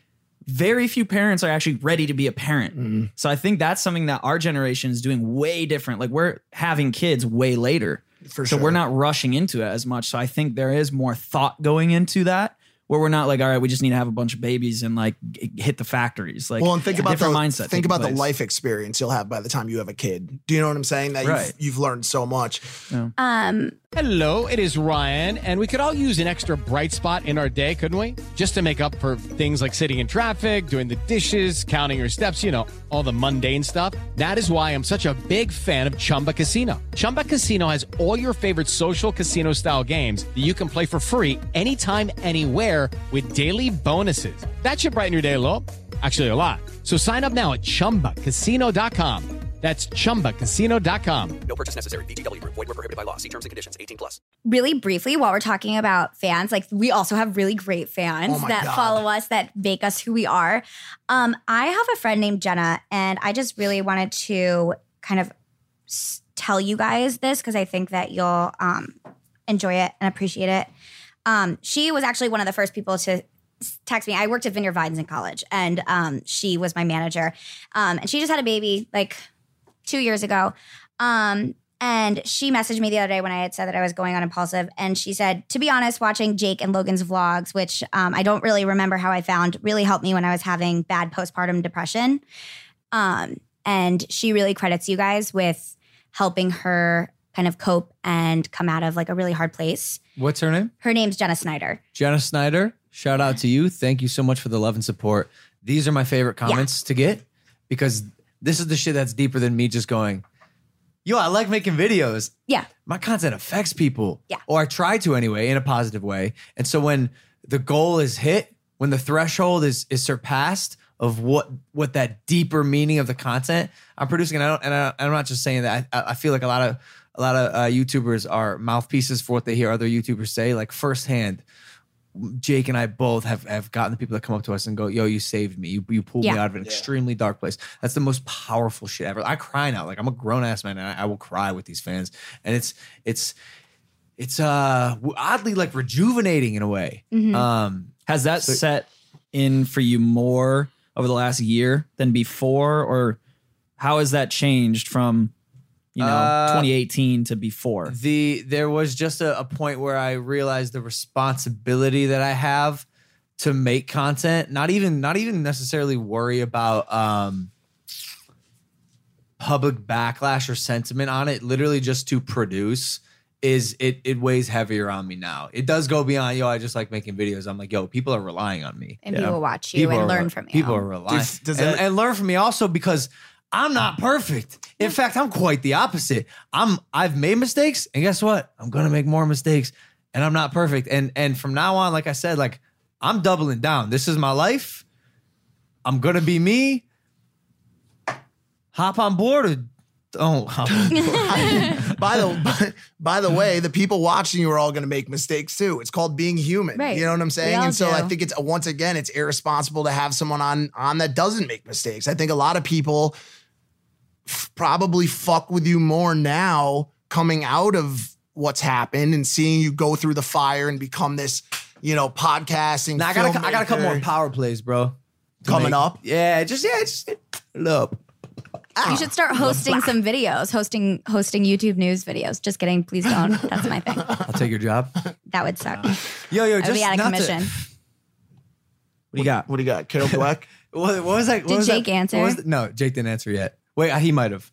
very few parents are actually ready to be a parent.
Mm-hmm.
So I think that's something that our generation is doing way different. Like, we're having kids way later.
For
so
sure.
we're not rushing into it as much. So I think there is more thought going into that where we're not like, all right, we just need to have a bunch of babies and like g- hit the factories. Like,
well, and think
a
about the
different mindset.
think
taking
about the
place.
life experience you'll have by the time you have a kid. Do you know what I'm saying? That
Right.
you've, you've learned so much.
Um,
Hello, it is Ryan, and we could all use an extra bright spot in our day, couldn't we? Just to make up for things like sitting in traffic, doing the dishes, counting your steps, you know, all the mundane stuff. That is why I'm such a big fan of Chumba Casino. Chumba Casino has all your favorite social casino style games that you can play for free anytime, anywhere with daily bonuses. That should brighten your day a little. Actually, a lot. So sign up now at chumbacasino.com. That's chumbacasino.com.
really briefly, while we're talking about fans, like we also have really great fans
Oh my
that
God.
follow us that make us who we are. Um, I have a friend named Jenna, and I just really wanted to kind of s- tell you guys this because I think that you'll um, enjoy it and appreciate it. Um, she was actually one of the first people to s- text me. I worked at Vineyard Vines in college, and um, she was my manager. Um, and she just had a baby like two years ago. Um, and she messaged me the other day when I had said that I was going on impulsive. And she said, to be honest, watching Jake and Logan's vlogs, which um, I don't really remember how I found, really helped me when I was having bad postpartum depression. Um, and she really credits you guys with helping her kind of cope and come out of like a really hard place.
What's her name?
Her name's Jenna Snyder.
Jenna Snyder, shout out to you. Thank you so much for the love and support. These are my favorite comments to get because this is the shit that's deeper than me just going, yo, I like making videos.
Yeah.
My content affects people.
Yeah.
Or I try to anyway, in a positive way. And so when the goal is hit, when the threshold is is surpassed of what what that deeper meaning of the content I'm producing, and I don't, and I, I'm not just saying that. I, I feel like a lot of a lot of uh, YouTubers are mouthpieces for what they hear other YouTubers say, like firsthand. Jake and I both have have gotten the people that come up to us and go, "Yo, you saved me. You you pulled me
Yeah.
out of an extremely dark place." That's the most powerful shit ever. I cry now, like I'm a grown ass man, and I, I will cry with these fans. And it's it's it's uh oddly like rejuvenating in a way.
Mhm.
Um,
Has that set in for you more over the last year than before, or how has that changed from you know
Uh,
2018 to before?
the there was just a, a point where I realized the responsibility that I have to make content. Not even not even necessarily worry about um public backlash or sentiment on it. Literally just to produce is it it weighs heavier on me now. It does go beyond yo. I just like making videos. I'm like yo. People are relying on me,
And people watch you and
are
learn
re-
from you.
People are relying
Does- does
and,
that-
and learn from me also because I'm not perfect. In fact, I'm quite the opposite. I'm I've made mistakes, and guess what? I'm gonna make more mistakes, and I'm not perfect. And and from now on, like I said, like I'm doubling down. This is my life. I'm gonna be me. Hop on board or don't hop on board.
by the by, by the way, the people watching you are all going to make mistakes too. It's called being human.
Right.
You know what I'm saying?
We all
And so I
do.
think it's once again, it's irresponsible to have someone on on that doesn't make mistakes. I think a lot of people f- probably fuck with you more now coming out of what's happened and seeing you go through the fire and become this, you know, podcasting.
Nah, I got a, I got a couple more
filmmaker.
power plays, bro. to
Coming
make.
up?
Yeah, just yeah, just look.
You should start hosting some videos, hosting hosting YouTube news videos. Just kidding, please don't. That's my thing.
I'll take your job.
That would suck.
Yo, yo,
I would
just
be out of
not to-
commission.
What do you got?
What do you got? Carol Black?
What, what was that? what
Did
was
Jake
that,
answer?
what was th- no, Jake didn't answer yet. Wait, he might have.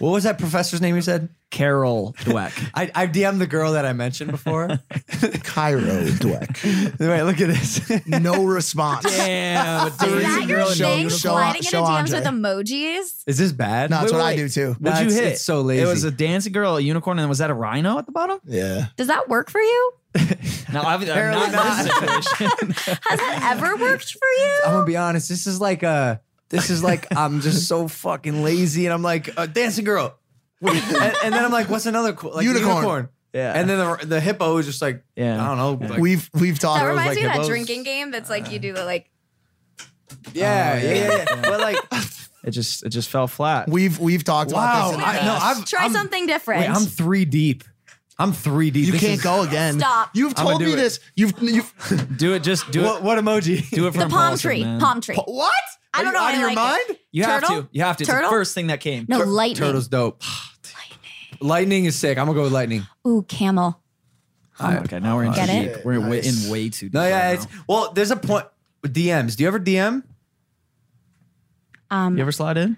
What was that professor's name you said?
Carol Dweck.
I, I DM'd the girl that I mentioned before.
Cairo Dweck.
Wait, look at this.
No response.
Damn,
Is that your thing?
show-
Sliding into
show
DMs with
Andre.
emojis?
Is this bad?
No, that's
Wait,
what
wait,
I do too.
What'd you
That's-
hit?
it's so lazy.
It was a dancing girl, a unicorn, and was that a rhino at the bottom?
Yeah.
Does that work for you?
No, I've, I'm
Apparently
not, in this situation.
Has that ever worked for you?
I'm gonna be honest. This is like uh This is like I'm just so fucking lazy, and I'm like a dancing girl, and, and then I'm like, what's another cool like
Unicorn.
Yeah.
And then the, the hippo is just like,
Yeah.
I don't know. like-
We've we've talked
That
was
reminds
like
me of that
hippos.
drinking game that's like you do the like
oh,
yeah, yeah, yeah, yeah. But like,
it just it just fell flat.
We've we've talked about
wow.
this. in the
I, no,
past.
I've,
try
I'm,
something different.
Wait, I'm three deep. I'm three deep.
You
This
can't
is-
go again.
Stop.
You've
I'ma
told
do
me
it.
this. You've you've
Do it. Just do
What,
it.
what emoji?
Do it for
the palm tree. Palm tree.
what?
I don't know.
Out
I
of your
like
mind?
It.
You have
Turtle?
to. You have to. It's
Turtle?
the first thing that came.
No, lightning.
Turtle's dope. lightning is sick. I'm gonna go with lightning.
Ooh, camel.
Ah, okay, now we're in
Get
deep.
it?
We're way, in way too deep.
No, yeah,
right
it's
now.
well. There's a point. DMs. Do you ever DM?
Um,
You ever slide in?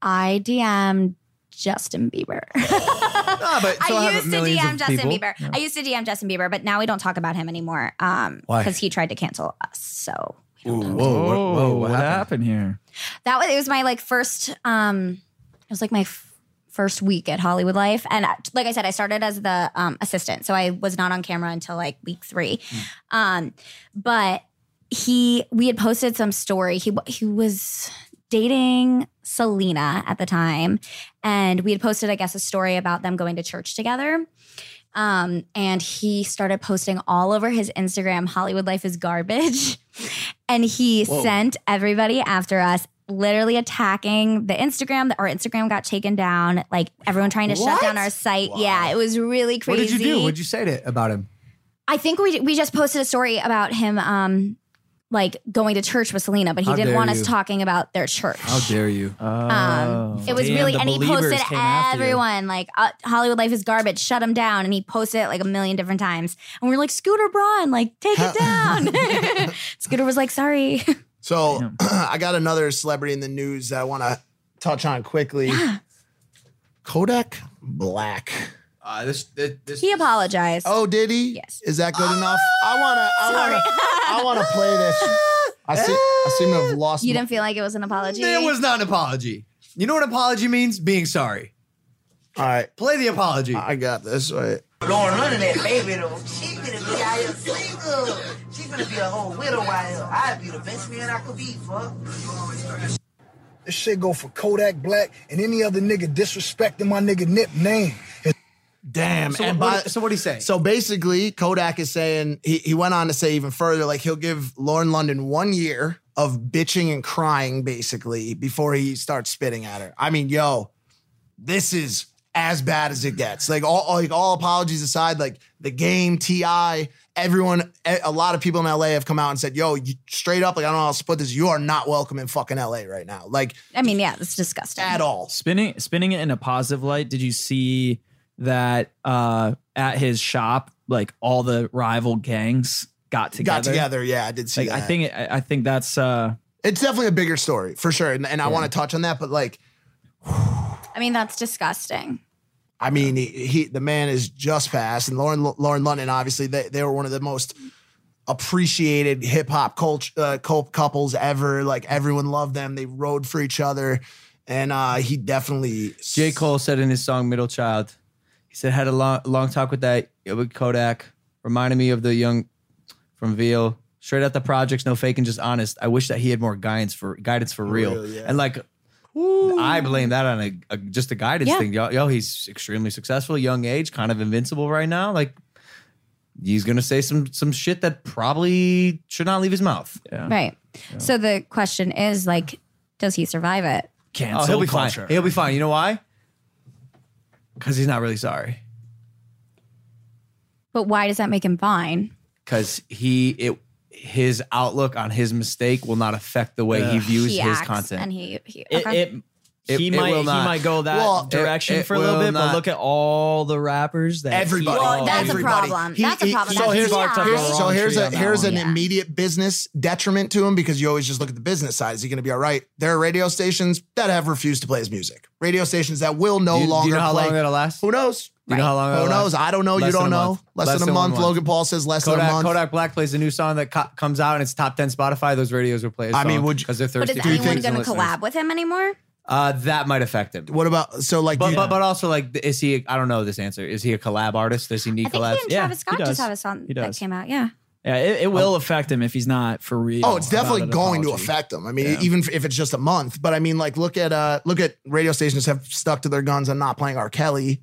I DM'd Justin Bieber.
No, Ah, but so
I
have
used to
millions
DM
of
Justin
people.
Bieber. I used to DM Justin Bieber, but now we don't talk about him anymore. Um,
Why?
Because he tried to cancel us. So
Ooh, whoa, whoa, whoa, what, happened?
Oh, here?
that was it. Was my like first. Um, it was like my. F- First week at Hollywood Life, and uh, like I said, I started as the um, assistant, so I was not on camera until like week three. Um, but he, we had posted some story. He wa- he was dating Selena at the time, and we had posted, I guess, a story about them going to church together. Um, and he started posting all over his Instagram, Hollywood life is garbage. and he sent everybody after us, literally attacking the Instagram. Our Instagram got taken down, like everyone trying to shut down our site. Yeah, it was really
What
crazy.
did you do? What did you say to about him?
I think we we just posted a story about him um like going to church with Selena, but he
How
didn't
dare
want
you.
us talking about their church.
How dare you?
Um, it was
Damn,
really,
the
and he
believers
posted
came after you.
everyone like uh, Hollywood Life is garbage, shut him down, and he posted it like a million different times. And we are like, Scooter Braun, like take it down. Scooter was like, sorry.
So I got another celebrity in the news that I want to touch on quickly. Kodak Black.
Uh, this, this,
He apologized.
Oh, did he? Yes. Is that good enough?
Oh,
I wanna, I wanna, I wanna play this. I see. I seem to have lost.
You
my-
didn't feel like it was an apology.
It was not an apology. You know what apology means? Being sorry.
All right.
Play the apology.
I got this. Right.
Lauren, none of that baby though. She gonna be out here single. She gonna be a whole widow out here. I'd be the best man I could be, fuck.
This shit go for Kodak Black and any other nigga disrespecting my nigga Nip name.
Damn.
So
and
what-
by-
so what'd he say?
So basically, Kodak is saying he, he went on to say even further, like he'll give Lauren London one year of bitching and crying, basically, before he starts spitting at her. I mean, yo, this is as bad as it gets. Like all like all apologies aside, like the game, TI, everyone, e, a a lot of people in LA have come out and said, yo, you, straight up, like I don't know how else to put this, you are not welcome in fucking LA right now. Like
I mean, yeah, it's disgusting.
at all.
spinning spinning it in a positive light did you see that uh at his shop like all the rival gangs got together
Got together, yeah, I did see
like, i
that.
think it- i I think that's uh
It's definitely a bigger story for sure. And, and I want to touch on that, but like
I mean, that's disgusting.
I mean, he, he the man is just passed, and Lauren Lauren London obviously they, they were one of the most appreciated hip hop culture uh, cul- couples ever. Like everyone loved them, they rode for each other, and uh, he definitely
J. Cole said in his song Middle Child, he said, had a long, long talk with that with Kodak. Reminded me of the young from Veal. Straight out the projects, no faking, just honest. I wish that he had more guidance for guidance for real.
real, yeah.
And like, I blame that on a, a- just a guidance
Yeah.
thing. Yo, yo, he's extremely successful, young age, kind of invincible right now. Like, he's gonna say some some shit that probably should not leave his mouth. Yeah.
Right. So the question is like, does he survive it?
Oh, he'll be fine. He'll be fine. You know why? Because he's not really sorry.
But why does that make him fine?
because he it his outlook on his mistake will not affect the way he
Ugh.
views
He
his
acts
content.
and he, he
it,
okay.
it he
It- it
might
will
he
not.
might go that
Well, it-
direction
it
for a little
will
bit,
not.
but look at all the rappers that he-
Everybody.
all
that's a
everybody.
problem. That's a problem.
So
That's
here's,
fucked up
here's-
the
so
wrong
here's
tree
a
on that
here's
one.
an immediate business detriment to him because you always just look at the business side. Is he going to be all right? There are radio stations that have refused to play his music. Radio stations that will no
Do you- do you
longer
know how
play.
long that'll last?
Who knows?
Do you know how long
Who
that'll
knows?
last?
I don't know.
Less
you
than
don't
a
know.
month.
Less,
Less
than a
than one
month.
month.
Logan Paul says less than
Kodak,
a month.
Kodak Black plays a new song that co- comes out and it's top ten Spotify. Those radios will play. His
I mean, would you-
because they're
but
thirsty.
is anyone going to collab with him anymore?
Uh, that might affect him.
What about so like?
But,
you-
but but also like, is he? I don't know this answer. Is he a collab artist? Does he need
I think
collabs?
he and Travis Scott just have a song
He
that
does.
came out. Yeah.
yeah it, it
Um,
will affect him if he's not for real
Oh, it's
about
definitely
an
going to
apology.
affect them. I mean,
Yeah.
even if- if it's just a month. But I mean, like, look at uh look at radio stations have stuck to their guns on not playing R. Kelly.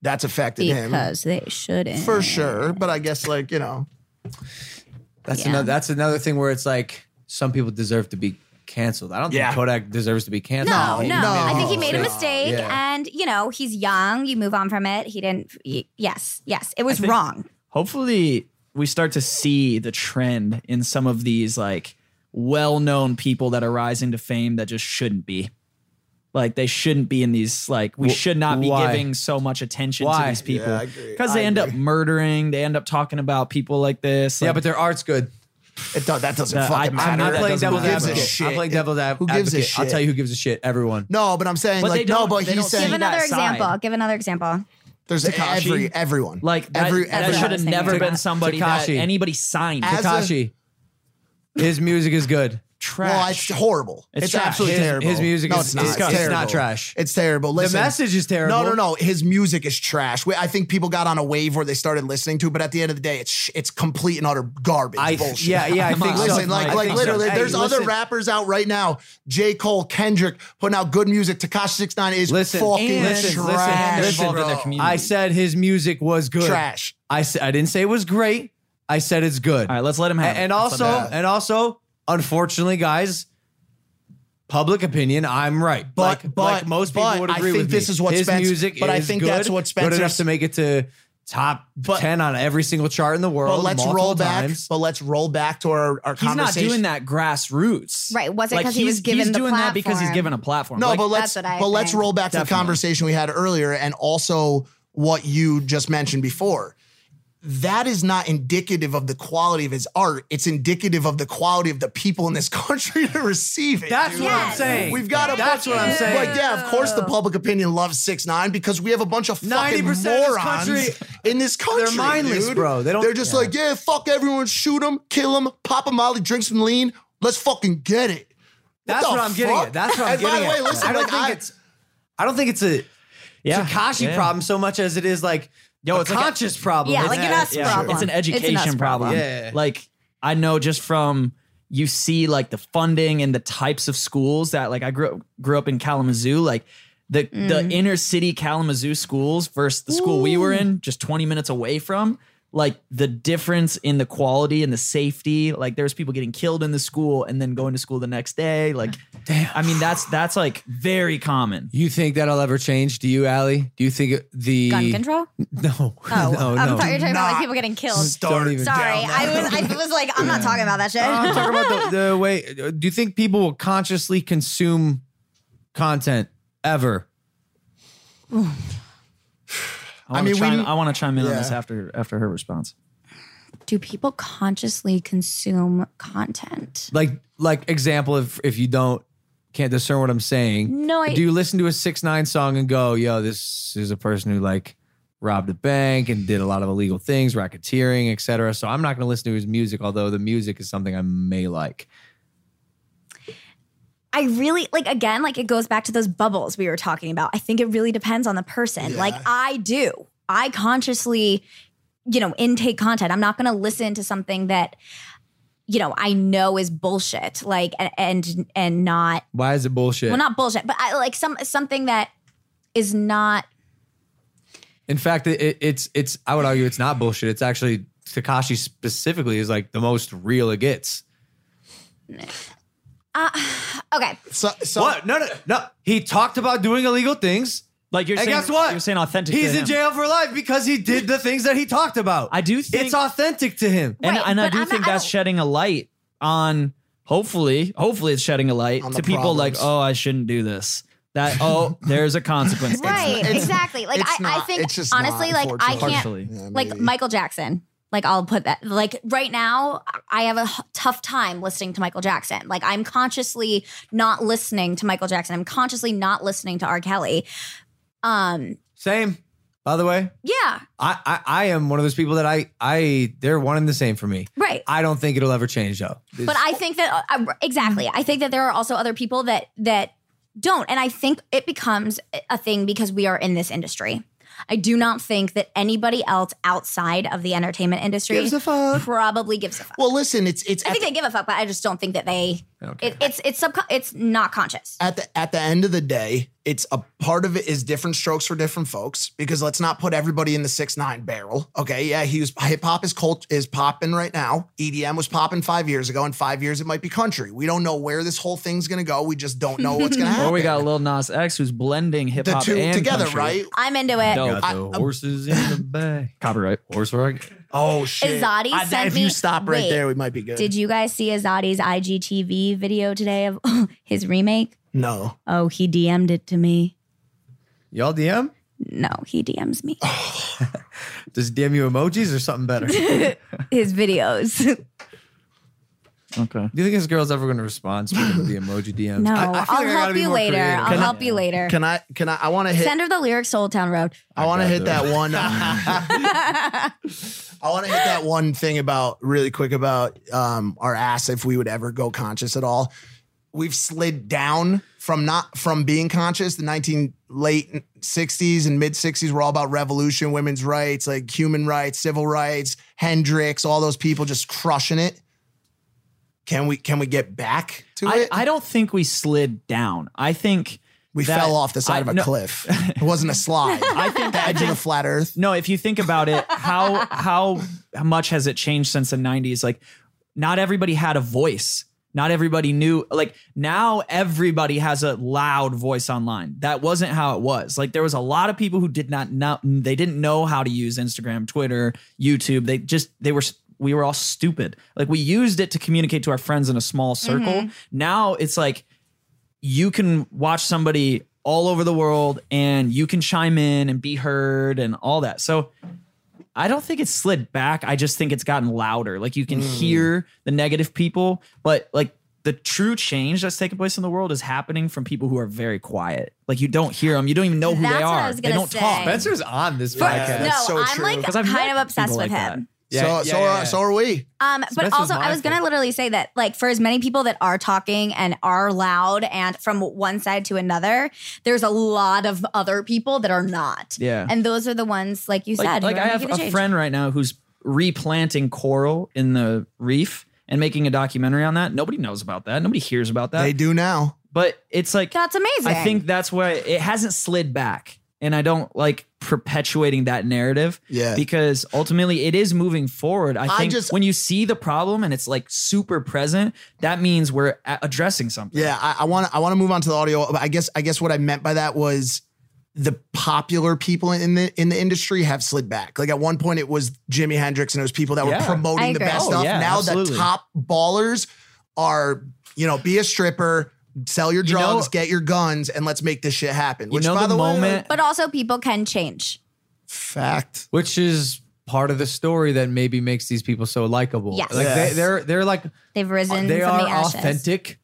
That's affected him
Because they shouldn't.
for sure. But I guess like you know,
That's
Yeah.
another. That's another thing where it's like some people deserve to be canceled. I don't
Yeah.
think Kodak deserves to be canceled.
No,
He
no.
made
I think he made a mistake,
Yeah.
and you know he's young. You move on from it. He didn't. he- yes, yes, it was
I think-
wrong.
hopefully we start to see the trend in some of these like well-known people that are rising to fame that just shouldn't be like they shouldn't be in these like we
Wh-
should not be
why?
giving so much attention
Why?
to these people
Yeah, I agree.
because
I
they end up
agree.
murdering they end up talking about people like this
Yeah,
like-
but their art's good.
it do- that doesn't
No, I-
fucking
I'm
matter.
I'm not
That
playing
doesn't
devil's
matter. Who gives a
advocate.
shit?
I'm playing devil's ad-
Who gives a
advocate. I'll
shit?
tell you who gives a shit. Everyone.
No, but I'm saying
But they
like no,
don't-
but
they
he's
don't see
saying
Give
that
another
side.
example. Give another example.
there's
Tekashi.
every everyone
like that,
every
that
everyone.
should have never been
Takashi.
somebody that
Takashi.
anybody signed
As a-
Takashi. His music is good.
trash
Well, it's horrible. It's,
It's trash.
absolutely
his,
terrible.
His music
No,
is
it's not.
It's,
It's
it's
terrible.
not trash.
It's terrible. Listen,
message is terrible.
No, no, no. His music is trash. We- I think people got on a wave where they started listening to, it, but at the end of the day, it's sh- it's complete and utter garbage.
I-
bullshit.
yeah, yeah, I
Come
think
on.
so.
Listen,
I
like, like
think so.
literally,
Hey,
there's other
listen.
rappers out right now. J. Cole, Kendrick, putting out good music. Takashi Six Nine is
Listen,
fucking
listen, listen,
trash.
listen.
bro.
in their community.
I said his music was good.
Trash.
I said I didn't say it was great. I said it's good.
all right let's let him have
and,
it.
and
Let's
also
let him have it.
and also unfortunately guys public opinion i'm right
But-
like,
but-
like most
but
people would
I
agree
think
with
this
me.
is what
his
Spence-
music
but I
is
think
good,
that's what
good enough
Spencer's-
to make it to top 10 on every single chart in the world
But let's
multiple
roll back.
times.
But let's roll back to our our
He's not
conversation.
doing that grassroots,
Right, was it 'cause he
he's-
was given
he's
the
doing that because he's
platform?
given a platform.
No,
Like,
but let's
That's what I
but let's
think.
roll back to the
Definitely.
conversation we had earlier and also what you just mentioned before. that is not indicative of the quality of his art. It's indicative of the quality of the people in this country to receive it.
That's
dude.
what I'm Yes. saying.
We've got a
That's
bunch-
what I'm saying.
But yeah, of course, the public opinion loves six nine because we have a bunch of fucking
90% of this
morons
country-
in this country.
mindless,
dude.
bro. They don't-
They're just
yeah.
like, yeah, fuck everyone, shoot them, kill them, pop a molly, drink some lean. Let's fucking get it.
That's
the
what I'm getting
fuck?
at. That's what I'm
and
getting
by the way,
at.
listen,
I don't
like,
think
I-
it's I don't think it's a
Yeah.
Takashi
Yeah.
problem so much as it is like yo,
it's
a
like a-
conscious problem.
Yeah,
It's-
like an us problem.
It's an
It's an us
education problem.
problem.
Yeah.
Like I know just from you see like the funding and the types of schools that like I grew grew up in Kalamazoo, like the
Mm.
the inner city Kalamazoo schools versus the school we were in, just 20 minutes away from. Like the difference in the quality and the safety, like there's people getting killed in the school and then going to school the next day. Like, damn. I mean, that's that's like very common.
You think that'll ever change? Do you, Allie? Do you think the
Gun control?
No,
Oh,
no,
I'm
no.
sorry. You're talking about like people getting killed.
Don't even-
Sorry, I was I was like, I'm not talking about that shit.
I'm talking about the, the way. Do you think people will consciously consume content ever?
I,
mean,
mean,
we
chime,
need-
I want to chime in on
Yeah.
this after after her response.
Do people consciously consume content?
Like, like example, if if you don't can't discern what I'm saying,
No, I-
do you listen to a six nine song and go, "Yo, this is a person who like robbed a bank and did a lot of illegal things, racketeering, etc." So I'm not going to listen to his music, although the music is something I may like.
I really like again, like it goes back to those bubbles we were talking about. I think it really depends on the person. Like I do. I consciously, you know, intake content. I'm not gonna listen to something that, you know, I know is bullshit. Like a- and and not
Why is it bullshit?
well not bullshit, but I like some something that is not
In fact, it, it- it's it's I would argue it's not bullshit. It's actually Takashi specifically is like the most real it gets.
uh, okay.
So,
what? No, no, no. He talked about doing illegal things.
Like
and guess what?
You're saying authentic.
He's
to
in
him.
jail for life because he did the things that he talked about.
I do think
it's authentic to him.
and,
Right,
and I
but
do
I'm
think
not- I
that's
don't-
shedding a light on hopefully hopefully it's shedding a light
On
to
the
people like
problems.
oh I shouldn't do this that oh there's a consequence to
Right,
this.
exactly. Like I,
it's
I
not.
think
It's just
honestly,
not,
like I can't
unfortunately. Partially. Yeah,
like
maybe.
Michael Jackson. Like I'll put that like right now I have a h- tough time listening to Michael Jackson. Like I'm consciously not listening to Michael Jackson. I'm consciously not listening to R. Kelly. Um
Same. By the way,
yeah,
I, I I am one of those people that I I they're one and the same for me.
Right.
I don't think it'll ever change though.
but I think that uh, I, exactly. I think that there are also other people that that don't, and I think it becomes a thing because we are in this industry. I do not think that anybody else outside of the entertainment industry
Gives a
probably gives a fuck.
Well, listen, it's it's
I think they give a fuck, but I just don't think that they. It, it's it's sub it's not conscious.
at the at the end of the day, it's a part of it is different strokes for different folks because let's not put everybody in the six nine barrel. Okay, yeah, he was hip hop is cult is popping right now. EDM was popping five years ago, and five years it might be country. We don't know where this whole thing's gonna go. We just don't know what's gonna happen.
or we got Lil Nas X who's blending hip
the
hop
two
and
together,
country.
right?
I'm into it.
No,
Got the horses in the back.
Copyright.
Horse rug.
Oh shit!
Azadi
I-
sent
if
me-
you stop right
wait,
there, we might be good.
Did you guys see Azadi's IGTV video today of his remake?
No.
Oh, he DM'd it to me.
Y'all DM?
No, he DMs me.
Does he DM you emojis or something better?
his videos.
Okay.
Do you think this girl's ever going to respond to the emoji DMs?
No,
I,
I,
I feel like I
will
gotta
help
be
you
more
later.
creative.
I'll help you later.
Can I? Can I? I want to hit.
Send her the lyrics to Old Town Road.
I want to hit
that
that one. uh, I want to hit that one thing about really quick about um, our ass if we would ever go conscious at all. We've slid down from not from being conscious. The nineteen late sixties and mid sixties were all about revolution, women's rights, like human rights, civil rights, Hendrix, all those people just crushing it. Can we can we get back to
I,
it?
I don't think we slid down. I think
We
that-
fell off the side
I-
of a
no,
cliff. It wasn't a slide. I think the edge of the flat earth.
No, if you think about it, how how how much has it changed since the 90s? Like not everybody had a voice. Not everybody knew like now everybody has a loud voice online. That wasn't how it was. Like there was a lot of people who did not know they didn't know how to use Instagram, Twitter, YouTube. They just they were we were all stupid. Like we used it to communicate to our friends in a small circle.
Mhm.
Now it's like you can watch somebody all over the world and you can chime in and be heard and all that. So I don't think it's slid back. I just think it's gotten louder. Like you can hear the negative people, but like the true change that's taking place in the world is happening from people who are very quiet. Like you don't hear them. You don't even know who
That's
they
what
are.
I was
they
gonna
don't
say.
talk.
Spencer's
on this
For- podcast. no, I'm, like,
'Cause I've
kind
met
of obsessed
people
with him.
that.
so, so,
yeah,
are,
yeah.
so are we.
Um, but
Spencer's
also, I was
mindful.
going to literally say that, like, for as many people that are talking and are loud and from one side to another, there's a lot of other people that are not.
Yeah.
And those are the ones, like you
like,
said, who
like
are
I have
making the
a
change.
friend right now who's replanting coral in the reef and making a documentary on that. Nobody knows about that. Nobody hears about that.
They do now.
But it's like
That's amazing.
I think that's why it hasn't slid back. And I don't like perpetuating that narrative.
Yeah.
Because ultimately it is moving forward. I
I
think
just-
when you see the problem and it's like super present, that means we're a- addressing something.
Yeah, I want to. I want to move on to the audio. but I guess. I guess what I meant by that was the popular people in the in the industry have slid back. Like at one point, it was Jimi Hendrix, and it was people that
Yeah.
were
I
promoting the
agree.
best
Oh,
stuff.
yeah,
now
absolutely.
the top ballers are, you know, be a stripper, sell your
know-
drugs, get your guns, and let's make this shit happen. Which,
know
by
the
the, way,
moment-
But also, people can change.
fact,
which is part of the story that maybe makes these people so likable.
Yes.
Like
Yes.
They, they're they're like
They've risen
Uh, they
from
are
the ashes.
authentic,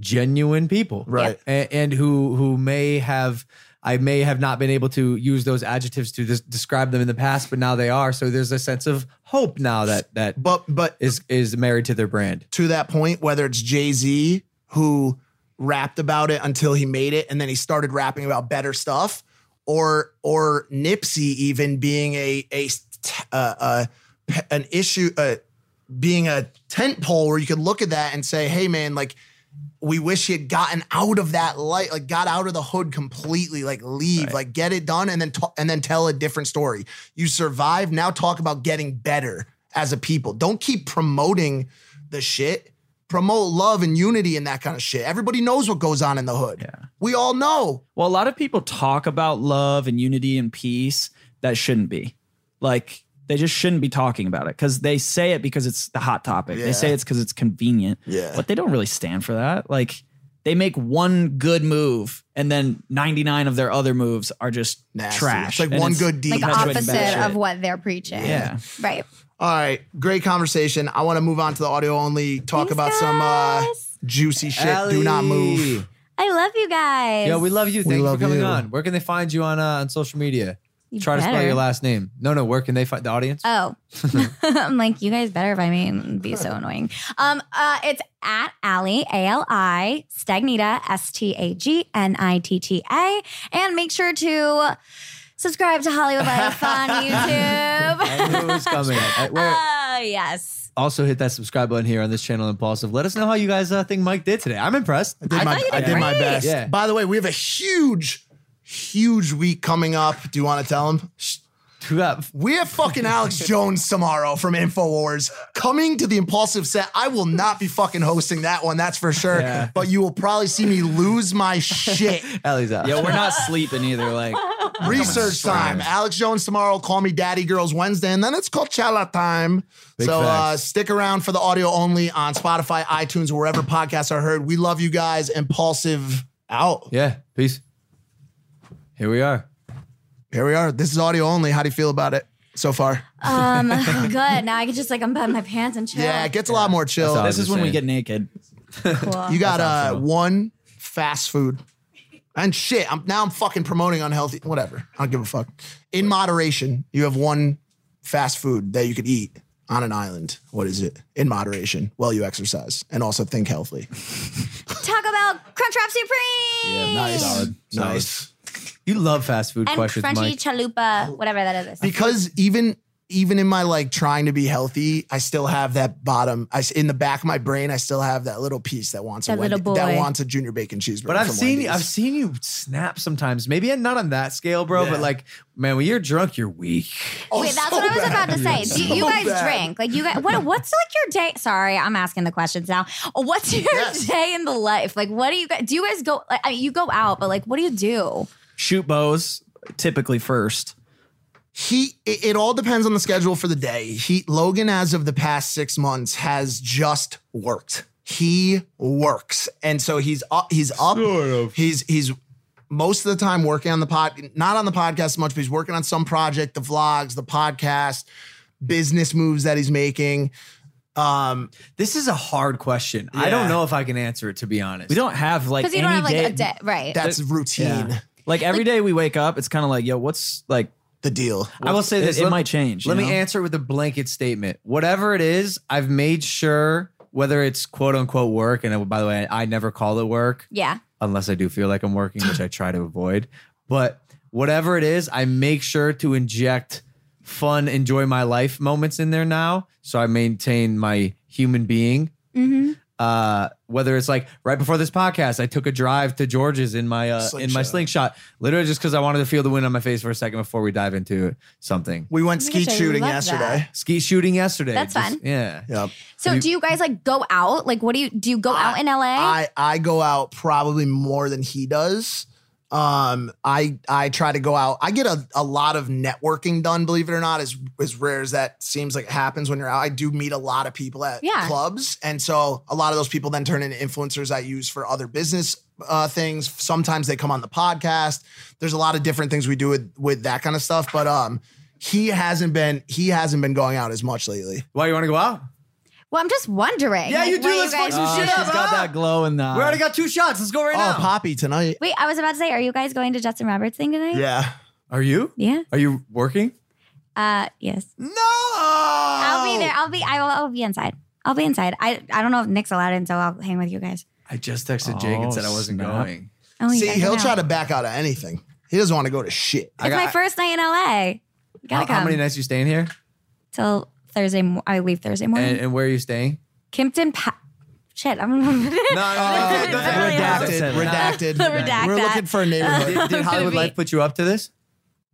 genuine people,
Right.
A- And, who who may have I may have not been able to use those adjectives to des- describe them in the past, but now they are. So there's a sense of hope now that that
but but
is is married to their brand.
to that point, whether it's Jay Z who rapped about it until he made it, and then he started rapping about better stuff, or or Nipsey even being a a st- uh, uh, pe- an issue, uh, being a tent pole where you could look at that and say, hey man, like we wish he had gotten out of that light, like got out of the hood completely, like leave, like get it done, and then ta- and then tell a different story. You survive. Now talk about getting better as a people. Don't keep promoting the shit. Promote love and unity and that kind of shit. Everybody knows what goes on in the hood. Yeah. We all know.
Well, a lot of people talk about love and unity and peace that shouldn't be. Like they just shouldn't be talking about it because they say it because it's the hot topic.
Yeah.
They say it's because it's convenient.
Yeah.
But they don't really stand for that. Like they make one good move and then 99 of their other moves are just
Nasty.
trash.
It's like
And
one good deed.
Like,
perpetuating bad
opposite
shit.
of what they're preaching.
Yeah.
Right.
All right, great conversation. I want to move on to the audio only. Talk about some uh, juicy shit. Do not move.
I love you guys.
Yeah, we love you. Thank you for
love
coming
you.
on. Where can they find you on uh, on social media?
You
Try to spell
better.
your last name. No, no. Where can they find the audience?
Oh, I'm like, you guys better by me. It'd be so annoying. Um, uh, it's at Ally, A L I, Stagnita, S T A G N I T T A. And make sure to subscribe to Hollywood Life on
I knew it
YouTube.
was coming. Uh, where-
Oh, yes.
also hit that subscribe button here on this channel, Impulsive. Let us know how you guys uh, think Mike did today. I'm impressed. I
did my, I did my best.
Yeah.
By the way, we have a huge, huge week coming up. Do you want to tell him? We have fucking Alex Jones tomorrow from InfoWars coming to the impulsive set. I will not be fucking hosting that one, that's for sure. But you will probably see me lose my shit.
Ellie's out.
Yeah, we're not sleeping either. Like
Research time. Alex Jones tomorrow. Call me Daddy Girls Wednesday, and then it's Coachella time.
Big
so uh,
facts.
stick around for the audio only on Spotify, iTunes, wherever podcasts are heard. We love you guys. Impulsive out.
Yeah. Peace. Here we are.
Here we are. This is audio only. How do you feel about it so far?
Um, good. Now I can just like unbutton my pants and chill.
Yeah, it gets a lot more chill.
This is when we get naked.
Cool.
You got uh, one fast food and shit. I'm now I'm fucking promoting unhealthy. Whatever. I don't give a fuck. In moderation, you have one fast food that you could eat on an island. What is it? In moderation, while you exercise and also think healthily.
Taco Bell Crunchwrap Supreme.
Solid.
Nice.
You love fast food
And
questions,
crunchy
Mike.
chalupa, whatever that is.
Because even even in my like trying to be healthy, I still have that bottom. I s- in the back of my brain, I still have that little piece that wants a
That little
Wendy- that
boy.
wants a junior bacon cheeseburger.
But I've
from
seen
Wendy's.
I've seen you snap sometimes. Maybe not on that scale, bro.
Yeah.
But like, man, when you're drunk, you're weak.
Wait, that's what I was about to say. Do you, you guys drink? Like you guys, what, what's like your day? Sorry, I'm asking the questions now. What's your day in the life? Like, what do you guys? Do you guys go? Like, I mean, you go out, but like, what do you do?
Shoot bows typically first.
he it, it all depends on the schedule for the day he logan as of the past six months has just worked he works and so he's up he's up he's he's most of the time working on the pod, not on the podcast as much, but he's working on some project, the vlogs, the podcast, business moves that he's making.
Um, this is a hard question. I don't
Yeah.
know if I can answer it to be honest.
We don't have like
'Cause you don't
any
have, like,
day-
a de- right. That's
routine.
Like every day we wake up, it's kind of like, yo, what's like
the deal?
I will say this: it,
Let-
might change.
Let
you
me
know?
answer with a blanket statement. Whatever it is, I've made sure whether it's quote unquote work, and uh, by the way, I never call it work
Yeah.
unless I do feel like I'm working, which I try to avoid. But whatever it is, I make sure to inject fun, enjoy my life moments in there now, so I maintain my human being.
Mm-hmm.
Uh, whether it's like right before this podcast, I took a drive to George's in my uh, in my
Slingshot.
slingshot, literally just because I wanted to feel the wind on my face for a second before we dive into something.
We went
Oh my gosh,
skeet
I
shooting
love
yesterday.
Skeet shooting yesterday.
That's
Just-
fun.
Yeah.
Yep.
So do you guys like go out? Like what do you do you go out in LA?
I, I go out probably more than he does. Um, I I try to go out. I get a, a lot of networking done, believe it or not, as as rare as that seems like it happens when you're out. I do meet a lot of people at
Yeah.
clubs. And so a lot of those people then turn into influencers I use for other business uh things. Sometimes they come on the podcast. There's a lot of different things we do with with that kind of stuff. But um he hasn't been he hasn't been going out as much lately.
Why you want to go out?
well, I'm just wondering.
Yeah, you
like,
do.
what
Let's fuck some
guys-
shit up.
Oh, She's got
huh?
that glow in the.
We already got two shots. Let's go right
Oh,
now.
Poppy tonight.
Wait, I was about to say, are you guys going to Justin Roberts thing tonight?
Yeah.
Are you?
Yeah.
Are you working?
Uh yes.
No.
I'll
I'll
be there. I'll be I will I'll be inside. I'll be inside. I I don't know if Nick's allowed in, so I'll hang with you guys.
I just texted Jake and
Oh,
said I wasn't
snap.
going.
Oh, you
See,
guys are
he'll
out.
try to back out of anything. He doesn't want to go to shit.
It's my first night in LA. Gotta
How, how
come.
many nights you staying here?
till Thursday. Mo- I leave Thursday morning.
And, and where are you staying?
Kimpton. Pa- Shit, I'm. no, no,
no, no, no, no, no,
redacted,
no, no, no.
redacted.
Redact
We're
that.
looking for a neighborhood.
Did, did Hollywood Life put you up to this?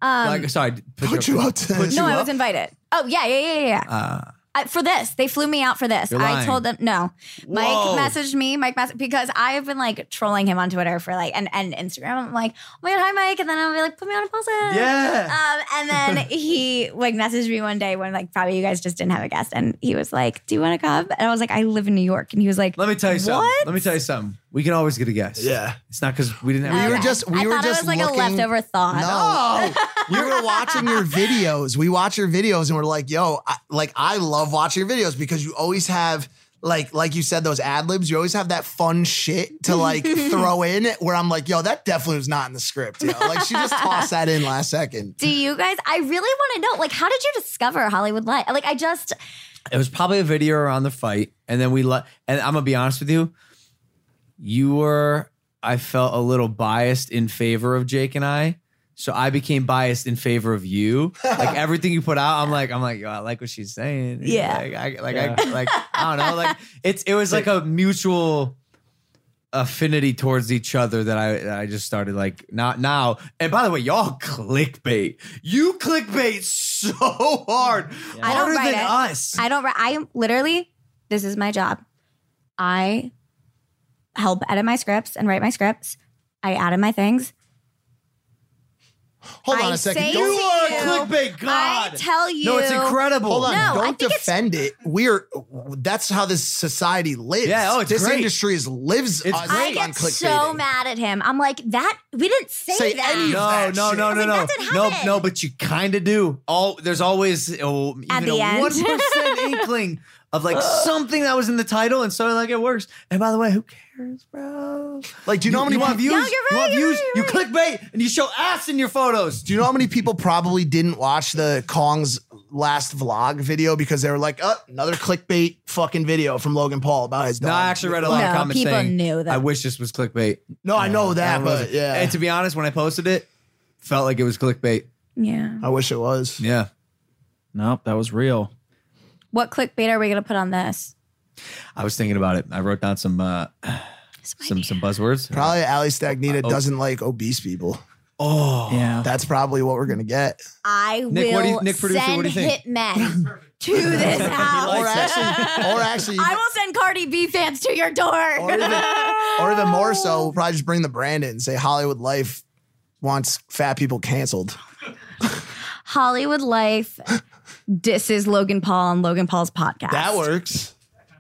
Um,
like, sorry, did- put,
Put you up to
put
this.
you
no, I
up?
was invited. Oh yeah, yeah, yeah, yeah. yeah.
Uh,
I, for this, they flew me out for this.
You're
I
lying.
told them no.
Whoa.
Mike messaged me. Mike messaged because I've been like trolling him on Twitter for like and and Instagram. I'm like, oh my god, hi Mike, and then I'll be like, put me on a pulse.
Yeah.
Um, and then he like messaged me one day when like probably you guys just didn't have a guest, and he was like, do you want to come? And I was like, I live in New York, and he was like,
let me tell you something.
What?
Let me tell you something. We can always get a guess.
Yeah.
It's not because we didn't have.
We were
Okay.
just- we
I
were
thought it
just
was like
looking-
a leftover thought.
No, we were watching your videos. We watch your videos and we're like, yo, I, like I love watching your videos because you always have like like you said those ad libs. You always have that fun shit to like throw in where I'm like, yo, that definitely was not in the script. Yo. Like she just tossed that in last second.
Do you guys? I really want to know. Like, how did you discover Hollywood Life? Like, I just
It was probably a video around the fight, and then we let. And I'm gonna be honest with you. You were, I felt a little biased in favor of Jake and I, so I became biased in favor of you. Like everything you put out, I'm like, I'm like, yo, I like what she's saying.
Yeah.
like, I, like, I,
Yeah.
like, I don't know, like it's it was like a mutual affinity towards each other that I that I just started like not now. And by the way, y'all clickbait. You clickbait so hard,
I don't
harder
write
than
it.
us.
I don't. re- I am literally. This is my job. I help edit my scripts and write my scripts. I add in my things.
Hold on
I
a second.
say
Don't-
to
You are a
you,
clickbait god.
I tell you.
No, it's incredible.
Hold on,
No, I
don't
think it's-
defend it. We're that's how this society lives.
Yeah, oh, it's
this
great.
industry is lives
It's
on,
I
on
get so
clickbaiting.
mad at him. I'm like that. We didn't say,
Say
that.
any of
No,
that
no,
shit.
no, no, no,
that
no,
happened.
no. But you kind of do. All there's always oh, even
At the
a
end.
one percent inkling of like something that was in the title, and so like it works. And by the way, who cares, bro?
Like, do you know how many
you want
people-
views?
No, you're
you want
right, you're
views? you clickbait and you show ass in your photos.
Do you know how many people probably didn't watch the Kong's last vlog video because they were like, "Oh, another clickbait fucking video from Logan Paul about his dog."
No, I actually read a lot
No,
of comments
people
saying
knew that.
I wish this was clickbait.
No, I know that,
Everyone was
but
like-
yeah,
And to be honest, when I posted it, felt like it was clickbait.
Yeah.
I wish it was.
Yeah.
Nope, that was real.
What clickbait are we gonna put on this?
I was thinking about it. I wrote down some uh, some some buzzwords.
Probably Ali Stagnita doesn't like obese people.
Oh,
Yeah.
That's probably what we're gonna get.
I
Nick,
will
what do you- Nick, producer,
send
what do you think?
hitmen to this house.
Or actually, or actually,
I will send Cardi B fans to your door.
or even, or even more so, we'll probably just bring the brand in and say Hollywood Life wants fat people canceled.
Hollywood Life disses Logan Paul on Logan Paul's podcast.
That works.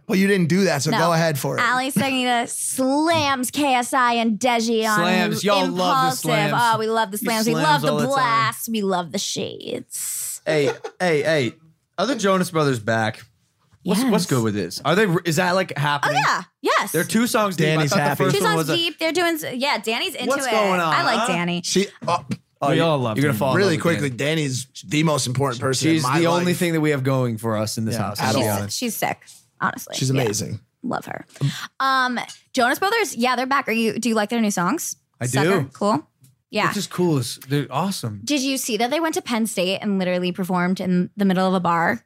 Well, you didn't do that, so
No.
go ahead for it.
Ali Sangeeta slams KSI and Deji on
Slams. Y'all love the
Impulsive.
slams.
Oh, we love the
You
slams. We
slams all
love
the
the
time.
blast. We love the shades.
hey, hey, hey. Are the Jonas Brothers back? What's what's good with this? Are they? Is that like happening?
Oh, Yeah. Yes.
They're two songs deep. I
Danny's
thought the
happy.
first
Two
one
songs
was a-
deep. They're doing. Yeah, Danny's into
What's
it.
going on,
I like
huh?
Danny.
She, oh,
Oh,
you-
you all love
You're gonna
Danny.
fall in
Really
love with
quickly,
Danny's the most important person.
She's
in my
the
life.
only thing that we have going for us in this house.
at
to be
all.
honest.
She's sick. Honestly,
She's
Yeah.
amazing.
Love her. Um, Jonas Brothers. Yeah, they're back. Are you? Do you like their new songs?
I do.
Cool. Yeah.
Which is cool. It's- They're awesome.
Did you see that they went to Penn State and literally performed in the middle of a bar?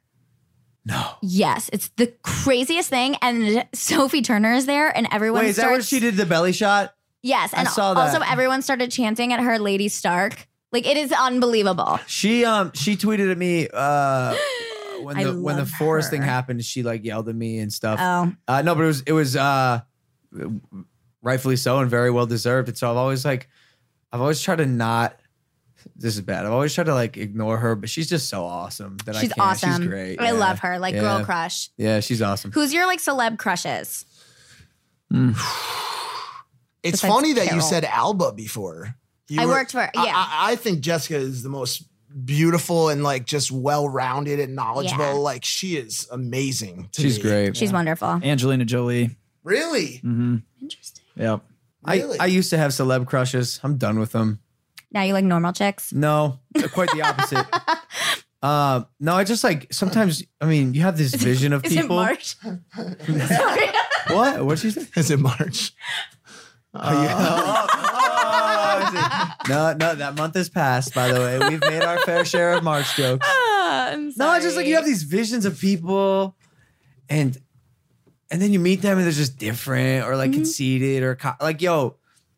No. Yes, it's the craziest thing. And Sophie Turner is there, and everyone.
Wait, is that where
starts-
she did the belly shot?
Yes,
I
and
saw that.
also everyone started chanting at her, Lady Stark. Like it is unbelievable.
She um she tweeted at me uh when
I
the when the
love
forest thing
her.
happened, she like yelled at me and stuff.
Oh.
Uh, no, but it was it was uh rightfully so and very well deserved. And so I've always like I've always tried to not this is bad. I've always tried to like ignore her, but she's just so awesome that I
She's
can't.
awesome.
She's great.
I
Yeah.
love her. Like girl
Yeah.
crush.
Yeah, she's awesome.
Who's your like celeb crushes?
It's
Besides
funny that you
Carol.
said Alba before. You
I
were-
worked for-
I-
yeah.
I, I think Jessica is the most beautiful and like just well-rounded and knowledgeable.
Yeah.
Like she is amazing. to
She's
me.
great.
She's wonderful.
Angelina Jolie.
Really?
Mm-hmm.
Interesting.
Yep.
I, I used to have celeb crushes. I'm done with them.
Now you like normal chicks?
No, quite the opposite. uh, no, I just like sometimes. I mean, you have this vision of
Is
people.
it March?
What? What'd she say?
Is it March?
Oh, yeah. Oh, oh, is it- No, no, that month has passed. By the way, we've made our fair share of March jokes.
Ah,
No, I just like you have these visions of people, and and then you meet them and they're just different or
Mm-hmm.
like conceited or co- like yo.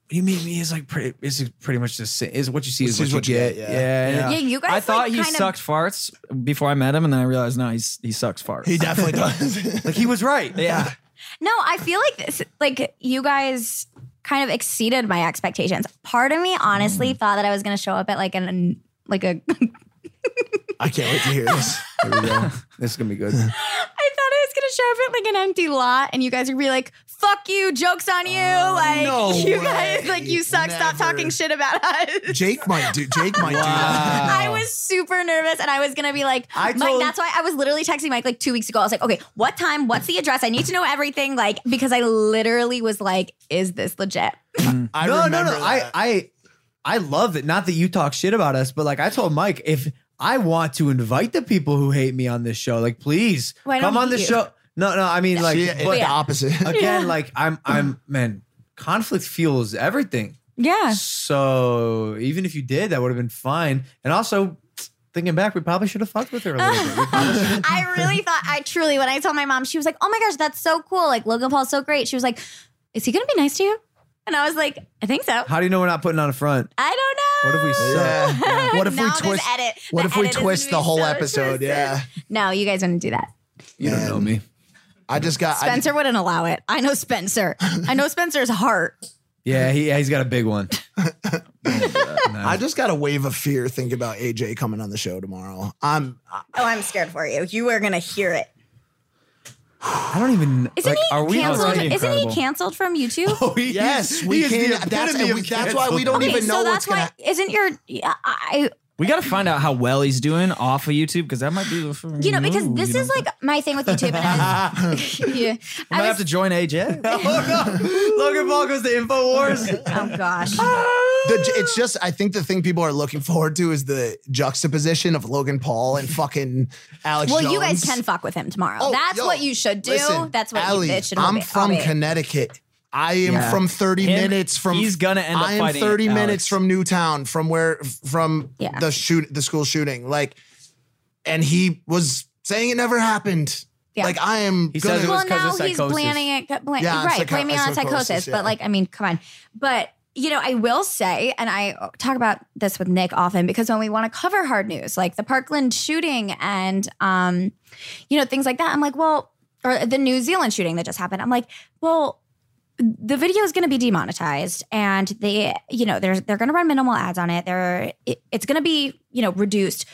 You meet me is like pretty. It's pretty much the same. Is what you see is what, you get. Yeah.
Yeah.
Yeah, you guys,
I thought
like,
he
kind of-
sucked farts before I met him, and then I realized no, he's he sucks farts.
He definitely does.
like he was right.
Yeah.
No, I feel like this, like you guys kind of exceeded my expectations. Part of me
Mm.
honestly thought that I was going to show up at like an like a
I can't wait to hear this.
Here we go. this is gonna be
I
good.
thought I was gonna show up at like an empty lot, and you guys would be like, "Fuck you, jokes on you!" like
Oh, no
you
way.
guys, like you suck. Stop talking shit about us.
Jake might do. Jake might do that.
I was super nervous, and I was gonna be like,
I
"Mike."
told-
That's why I was literally texting Mike like two weeks ago. I was like, "Okay, what time? What's the address? I need to know everything." Like because I literally was like, "Is this legit?"
I
no, no,
remember
no. I,
that.
I, I love it. Not that you talk shit about us, but like I told Mike, if I want to invite the people who hate me on this show, like please
Well, I don't
come on
hate
the
you.
show. No, no. I mean, like,
See, it's
but
the opposite.
again,
Yeah.
like I'm, I'm, man. Conflict fuels everything.
Yeah.
So even if you did, that would have been fine. And also, thinking back, we probably should have fucked with her a little bit. We probably should-
I really thought I truly when I told my mom, she was like, "Oh my gosh, that's so cool! Like Logan Paul's so great." She was like, "Is he gonna be nice to you?" And I was like, "I think so."
How do you know we're not putting on a front?
I
What if we suck?
don't know.
What if we
Now this
twist-
edit-
What
the
if we
edit is gonna
twist the
be
whole
so
episode?
twisted.
Yeah.
No, you guys wouldn't do that.
You don't know me.
I just got I-
Spencer wouldn't allow it. I know Spencer. I know Spencer's heart.
Yeah, he, he's got a big one.
I just got a wave of fear thinking about AJ coming on the show tomorrow. I'm
Oh, I'm scared for you. You are gonna hear it.
I don't even.
Isn't
like,
he
are we
canceled?
already
Isn't he
incredible?
canceled from YouTube?
Yes, we
he is the
can. That's,
epitome
and we-
of
that's why we
cancel
don't
okay,
even
so
know
that's
what's going
why
to
isn't your yeah, I
We got to find out how well he's doing off of YouTube because that might be. the-
you know because
Ooh,
this
you
is like my thing with YouTube. And I was- yeah,
I might
I was,
have to join AJ.
oh, no. Logan Paul goes to InfoWars.
oh gosh.
the, It's just, I think the thing people are looking forward to is the juxtaposition of Logan Paul and fucking Alex
Well,
Jones.
you guys can fuck with him tomorrow.
Oh,
That's
yo,
what you should do.
listen,
That's what
Ally,
you, it should all
I'm
be. Oh,
from
All be.
Connecticut. I am
Yeah.
from 30
Him-
minutes from.
he's gonna end up
I am
fighting
30
Alex.
minutes from Newtown, from where, from
Yeah.
the shoot, the school shooting. Like, and he was saying it never happened.
Yeah.
Like, I am.
He
gonna-
says it was
well,
'cause of
now he's
psychosis.
blaming it. Blam-
Yeah, on
right,
psycho-
blaming it on
psychosis,
psychosis.
yeah.
But like, I mean, come on. But you know, I will say, and I uh, talk about this with Nick often because when we want to cover hard news, like the Parkland shooting and um, you know, things like that, I'm like, well, or the New Zealand shooting that just happened, I'm like, well, the video is going to be demonetized and they you know they're they're going to run minimal ads on it they're it, it's going to be you know reduced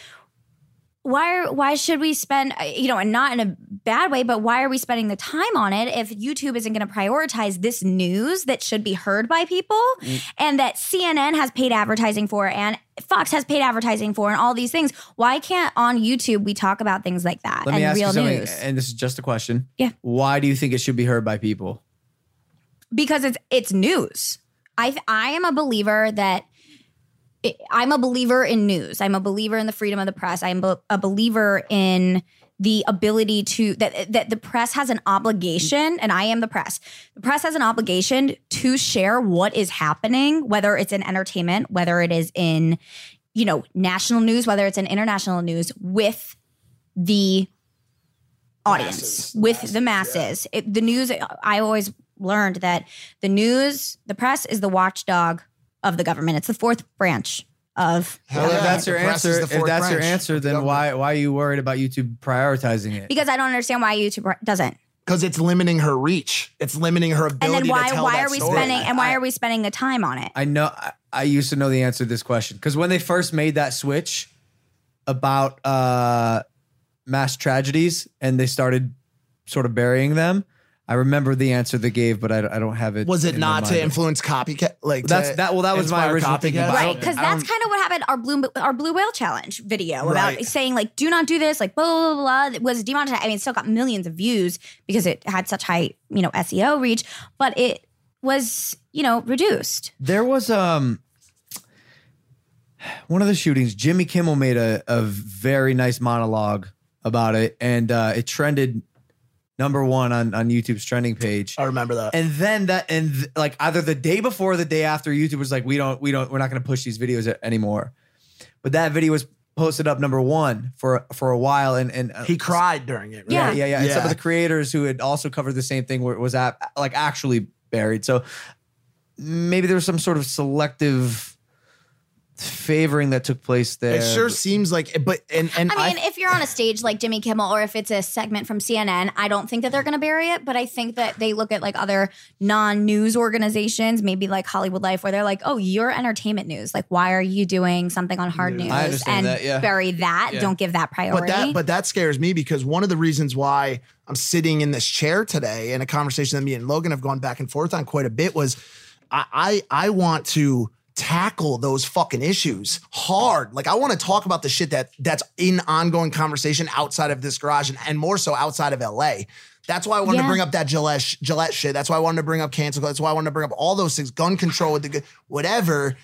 why are why should we spend uh, you know and not in a bad way but why are we spending the time on it if youtube isn't going to prioritize this news that should be heard by people
Mm.
and that cnn has paid advertising for and fox has paid advertising for and all these things why can't on youtube we talk about things like that
Let
and
me ask
real
you something,
news
and this is just a question.
Yeah.
Why do you think it should be heard by people?
because it's it's news. I I am a believer that it, I'm a believer in news. I'm a believer in the freedom of the press. I'm a- a believer in the ability to that that the press has an obligation and I am the press. The press has an obligation to share what is happening whether it's in entertainment, whether it is in you know, national news, whether it's in international news with the audience with the masses. It, the news, I always learned that the news, the press is the watchdog of the government. It's the fourth branch of the
if
government.
that's your
The press
answer,
is the
if
fourth
that's your
branch
answer, then why why are you worried about YouTube prioritizing it?
because I don't understand why YouTube doesn't.
because it's limiting her reach. It's limiting her
And
ability
then why
to tell
why
that
are we
story.
spending and why are we spending the time on it?
I know I, I used to know the answer to this question because when they first made that switch about uh, mass tragedies and they started sort of burying them, I remember the answer they gave, but I, don't- I don't have it.
Was it
in
not
my
to
mind.
influence copycat? Like
That's-
to
that- well, that was my
inspire
original thinking,
copycats?
but I
Right, because that's kind of what happened our blue our blue whale challenge video about
Right.
saying like do not do this like blah blah blah, blah that was demonetized. I mean, it still got millions of views because it had such high you know SEO reach, but it was you know reduced.
There was um one of the shootings. Jimmy Kimmel made a, a very nice monologue about it, and uh, it trended number one on on YouTube's trending page.
I remember that.
And then that and th- like either the day before or the day after, YouTube was like, we don't we don't we're not going to push these videos a- anymore. But that video was posted up number one for for a while, and and uh,
He cried during it. Right?
yeah, yeah, yeah. And some of the creators who had also covered the same thing were was at, like actually buried. So maybe there was some sort of selective favoring that took place there.
It sure seems like, it, but and and
I mean, if you're on a stage like Jimmy Kimmel or if it's a segment from CNN, I don't think that they're going to bury it, but I think that they look at like other non-news organizations, maybe like Hollywood Life where they're like, "Oh, you're entertainment news. Like why are you doing something on hard news?"
I understand
and
that, yeah.
bury that.
Yeah.
Don't give that priority.
But that but that scares me because one of the reasons why I'm sitting in this chair today and a conversation that me and Logan have gone back and forth on quite a bit was I I, I want to tackle those fucking issues hard. Like I want to talk about the shit that that's in ongoing conversation outside of this garage and, and more so outside of LA. That's why I wanted
Yeah.
to bring up that Gillette, sh- Gillette shit. That's why I wanted to bring up cancel. That's why I wanted to bring up all those things, gun control, with the gu- whatever.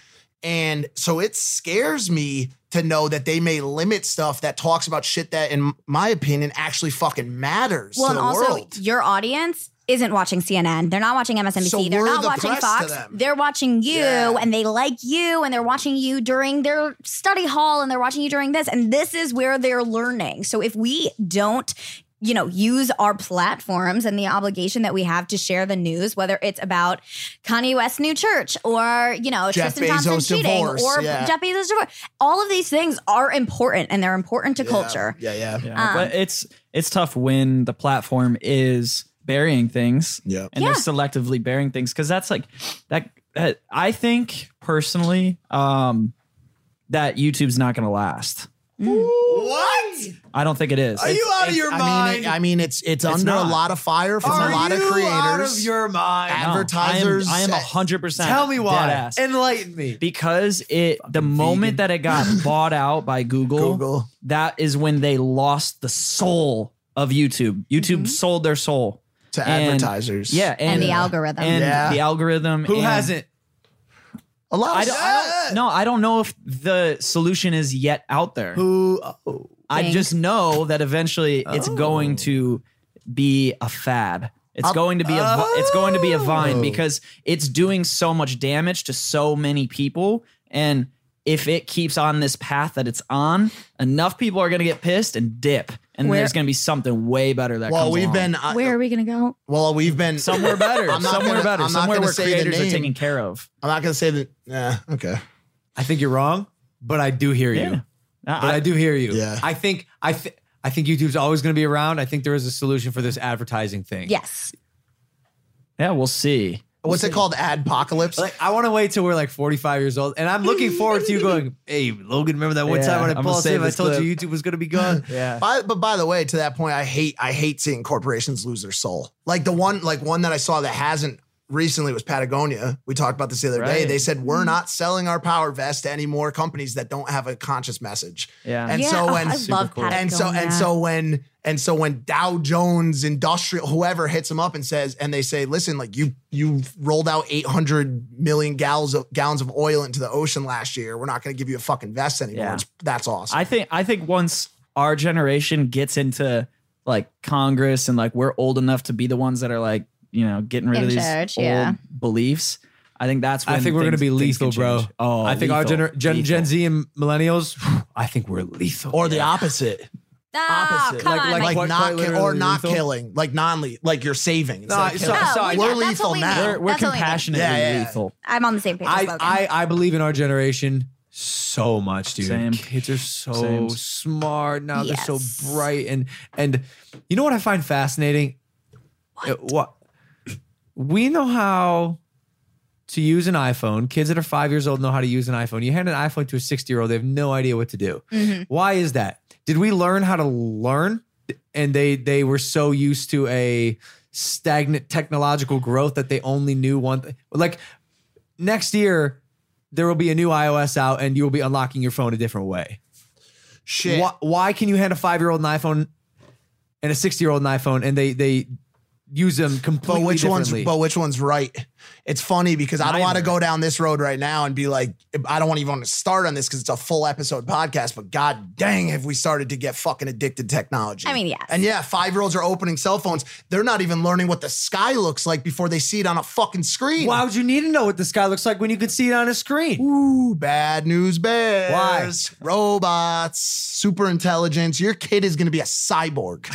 And so it scares me to know that they may limit stuff that talks about shit that, in my opinion, actually fucking matters
well,
to
and
the
also
world.
your audience isn't watching CNN. They're not watching MSNBC.
So
they're
we're
not
the
watching
press to
Fox.
them.
They're watching you and they like you and they're watching you during their study hall and they're watching you during this. And this is where they're learning. So if we don't you know, use our platforms and the obligation that we have to share the news, whether it's about Kanye West's new church or, you know,
Jeff
Tristan Thompson
Bezos'
cheating
divorce,
or
yeah.
Jeff Bezos' divorce. All of these things are important and they're important to culture.
Yeah, yeah.
Yeah,
Um,
but it's it's tough when the platform is burying things.
Yeah.
And they're selectively burying things because that's like that, that I think personally, um, that YouTube's not gonna last.
What?
I don't think it is.
Are you
It's-
out of
it's-
your mind? I mean, it's it's under a
not.
lot of fire from
Are
a lot of
you
creators.
out of your mind?
No,
advertisers.
I am a hundred percent.
Tell me why.
Enlighten
me.
Because it the moment that it got bought out by Google,
Google,
that is when they lost the soul of YouTube. YouTube sold their soul
To advertisers.
Yeah,
Mm-hmm. And the algorithm.
and
Yeah.
the algorithm.
Who
and-
hasn't?
A lot.
I don't, I don't- no, I don't know if the solution is yet out there.
Who?
I
Thanks.
just know that eventually it's
Oh.
going to be a fad. It's
I'll-
going to be a vi- it's going to be a vine
Oh.
because it's doing so much damage to so many people and if it keeps on this path that it's on, enough people are going to get pissed and dip and
Where-
there's going to be something way better that
Well,
comes
we've
along.
been uh,
Where are we going to go?
well, we've been
somewhere better,
I'm not
somewhere
gonna-
better,
I'm not
somewhere
gonna
where
say the
creators are
name.
taken care of.
I'm not gonna say that. Yeah. Okay.
I think you're wrong, but I do hear you.
But
I, do hear you.
Yeah.
I think I th- I think YouTube's always going to be around. I think there is a solution for this advertising thing.
Yes.
Yeah, we'll see.
What's it called? Adpocalypse.
Like I want to wait till we're like 45 years old, and I'm looking forward to you going, "Hey, Logan, remember that one
Yeah,
time when I
I'm gonna
paused
save
him? I
this
told
clip."
you YouTube was gonna be gone." yeah.
By, but by the way, to that point, I hate I hate seeing corporations lose their soul. Like the one like one that I saw that hasn't recently was Patagonia. We talked about this the other day.
Right. Mm-hmm.
They said we're not selling our power vest to any more companies that don't have a conscious message.
Yeah.
And
Yeah,
so
oh,
when
I love Super cool.
and so and
Patagonia.
so when and so when Dow Jones Industrial whoever hits them up and says and they say, listen, like you you rolled out 800 million gallons of gallons of oil into the ocean last year. We're not going to give you a fucking vest anymore.
Yeah.
It's- That's awesome.
I think I think once our generation gets into like Congress and like we're old enough to be the ones that are like you know getting rid
In
of these
charge,
old
yeah.
beliefs. I think that's. When
I think we're gonna
things-
be
things
lethal,
can
bro.
change. Oh,
I think our
lethal,
gener- gen-,
lethal.
gen Z and millennials. I think we're lethal,
or the opposite. opposite.
Ah, Oh, come
like,
on,
like,
Mike.
Quite-
not
quite
ki- or
literally
not
lethal?
killing, like non lethal, like you're saving. instead
No,
of
so-
killing.
so I-
we're
Yeah, that's
lethal
what we
now.
mean. We're-
Oh,
we're That's what we mean. compassionately lethal.
I'm on the same page. as
I,
Logan.
I I believe in our generation so much, dude.
Same.
Kids are so
Same.
smart now. They're so bright and and you know what I find fascinating? What? what we know how to use an iPhone. Kids that are five years old know how to use an iPhone. You hand an iPhone to a 60 year old, they have no idea what to do.
Mhm.
Why is that? Did we learn how to learn? And they they were so used to a stagnant technological growth that they only knew one thing. Like next year, there will be a new iOS out and you'll be unlocking your phone a different way.
Shit.
Why, why can you hand a five year old an iPhone and a 60 year old an iPhone and they they use them completely
But which one's
differently?
but which one's right? It's funny because I don't want to go down this road right now and be like, I don't want even want to start on this because it's a full episode podcast. But god dang, have we started to get fucking addicted to technology?
I mean, yes.
And yeah, five year olds are opening cell phones. They're not even learning what the sky looks like before they see it on a fucking screen.
Why would you need to know what the sky looks like when you can see it on a screen?
Ooh, bad news bears. Why? Robots, super intelligence. Your kid is going to be a cyborg.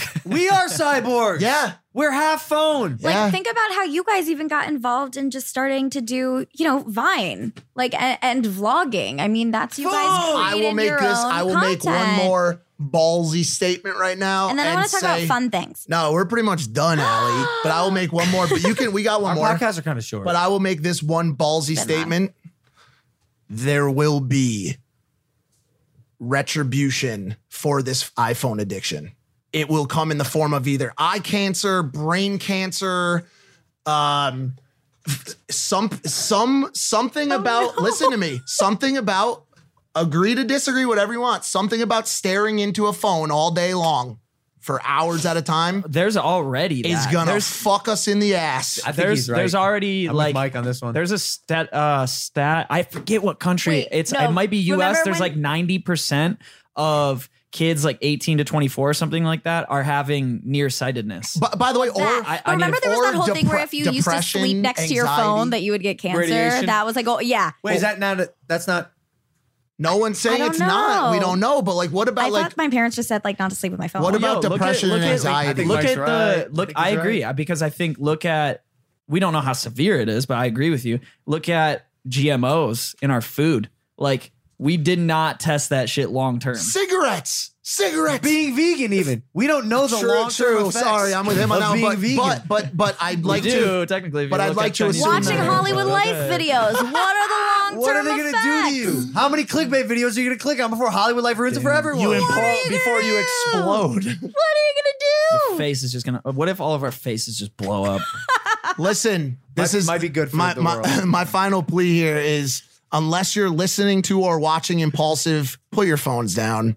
we are cyborgs.
Yeah.
We're half phone.
Like, think about how you guys even got involved in just starting to do, you know, Vine, like, and, and vlogging. I mean, that's you guys.
I will
created
make
your
this.
own
I will make one
content.
more ballsy statement right now.
And then I want to talk
say-
about fun things.
No, we're pretty much done, Allie. but I will make one more. But you can. We got one
Our
more.
podcasts are kind of short.
But I will make this one ballsy statement. There will be retribution for this iPhone addiction. It will come in the form of either eye cancer, brain cancer, um, some some something about listen to me something about agree to disagree whatever you want something about staring into a phone all day long for hours at a time
there's already
is
that.
gonna
There's-
fuck us in the ass
there's there's already
I'm with
like
Mike on this one.
There's a stat uh stat I forget what country it's
no,
it might be US
remember
there's
when-
like 90% of kids like 18 to 24 or something like that are having nearsightedness.
But by the way, or
I, I
Remember,
need-
there was that
or
whole thing where
depre-
if you used to
depression,
sleep next to your
anxiety.
phone, that you would get cancer.
Radiation.
That was like, oh yeah.
Wait, is that not? A, that's not.
no one's saying
I don't
it's not we
know.
don't know but like what about
I
like
thought my parents just said like not to sleep with my phone.
What about
Yo, look at-
depression
look
and
at-
anxiety?
Look
I think
at the
Mike's
look.
right. I
I
think he's
agree I- because I think look at we don't know how severe it is, but I agree with you. Look at GMOs in our food. Like we did not test that shit long term.
cigarettes cigarettes
being vegan even we don't know the
True,
long-term
true.
effects
sorry i'm with him on
of
that one, but,
being
but but but i'd
We
like
do,
to
technically if
but
you
i'd
look
like
at
to
Chinese
assume
Watching
that-
Hollywood Life videos. What are the long
What are
term
they gonna do to you? How many clickbait videos are you gonna click on before Hollywood Life ruins it for everyone?
You implode before you
oh,
What
explode.
are you
Your face is just gonna. What if all of our faces just blow up?
Listen, this
Might-
is
might be good for
my,
the
my,
world.
my final plea here is unless you're listening to or watching Impulsive, put your phones down.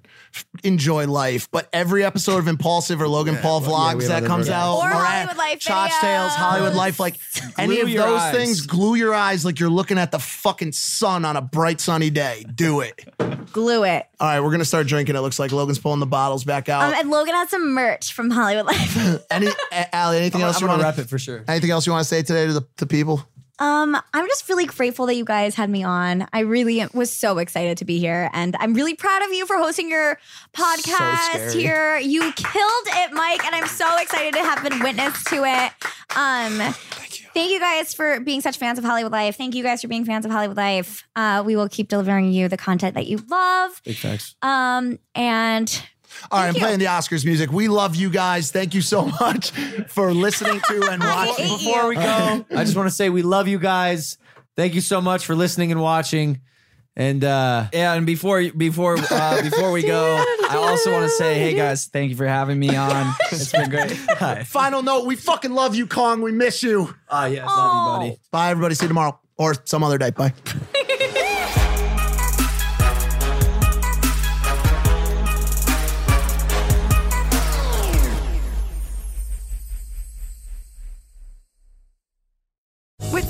Enjoy life. But every episode of Impulsive or Logan Paul
yeah,
vlogs
we have
that
other
comes
versions.
out
Or
at
Hollywood Life
Chotch Tales, Hollywood Life, like any
Glue
of
your
those
eyes.
things, glue your eyes like you're looking at the fucking sun on a bright sunny day. Do it.
gonna do? Glue it.
All right, we're gonna start drinking. It looks like Logan's pulling the bottles back out.
Um, and Logan has some merch from Hollywood Life.
Any, A- Allie, anything
I'm,
else
I'm
you
gonna
want
wrap it for sure.
Anything else you want to say today to the to people?
Um, I'm just really grateful that you guys had me on. I really was so excited to be here, and I'm really proud of you for hosting your podcast
scary.
here. You killed it, Mike, and I'm so excited to have been witness to it. Um, thank you. Thank you guys for being such fans of Hollywood Life. Thank you guys for being fans of Hollywood Life. Uh, we will keep delivering you the content that you love.
Big thanks.
Um, and
All right, I'm playing the Oscars music. We love you guys. Thank you so much for listening to and watching.
Before we
Oh.
go, I just want to say we love you guys. Thank you so much for listening and watching. And uh
yeah, and before before uh, before we go, I also want to say, hey guys, thank you for having me on. It's been great. Hi.
Final note: We fucking love you, Kong. We miss you.
Ah, yes, love you, buddy.
Bye, everybody. See you tomorrow or some other day. Bye.
With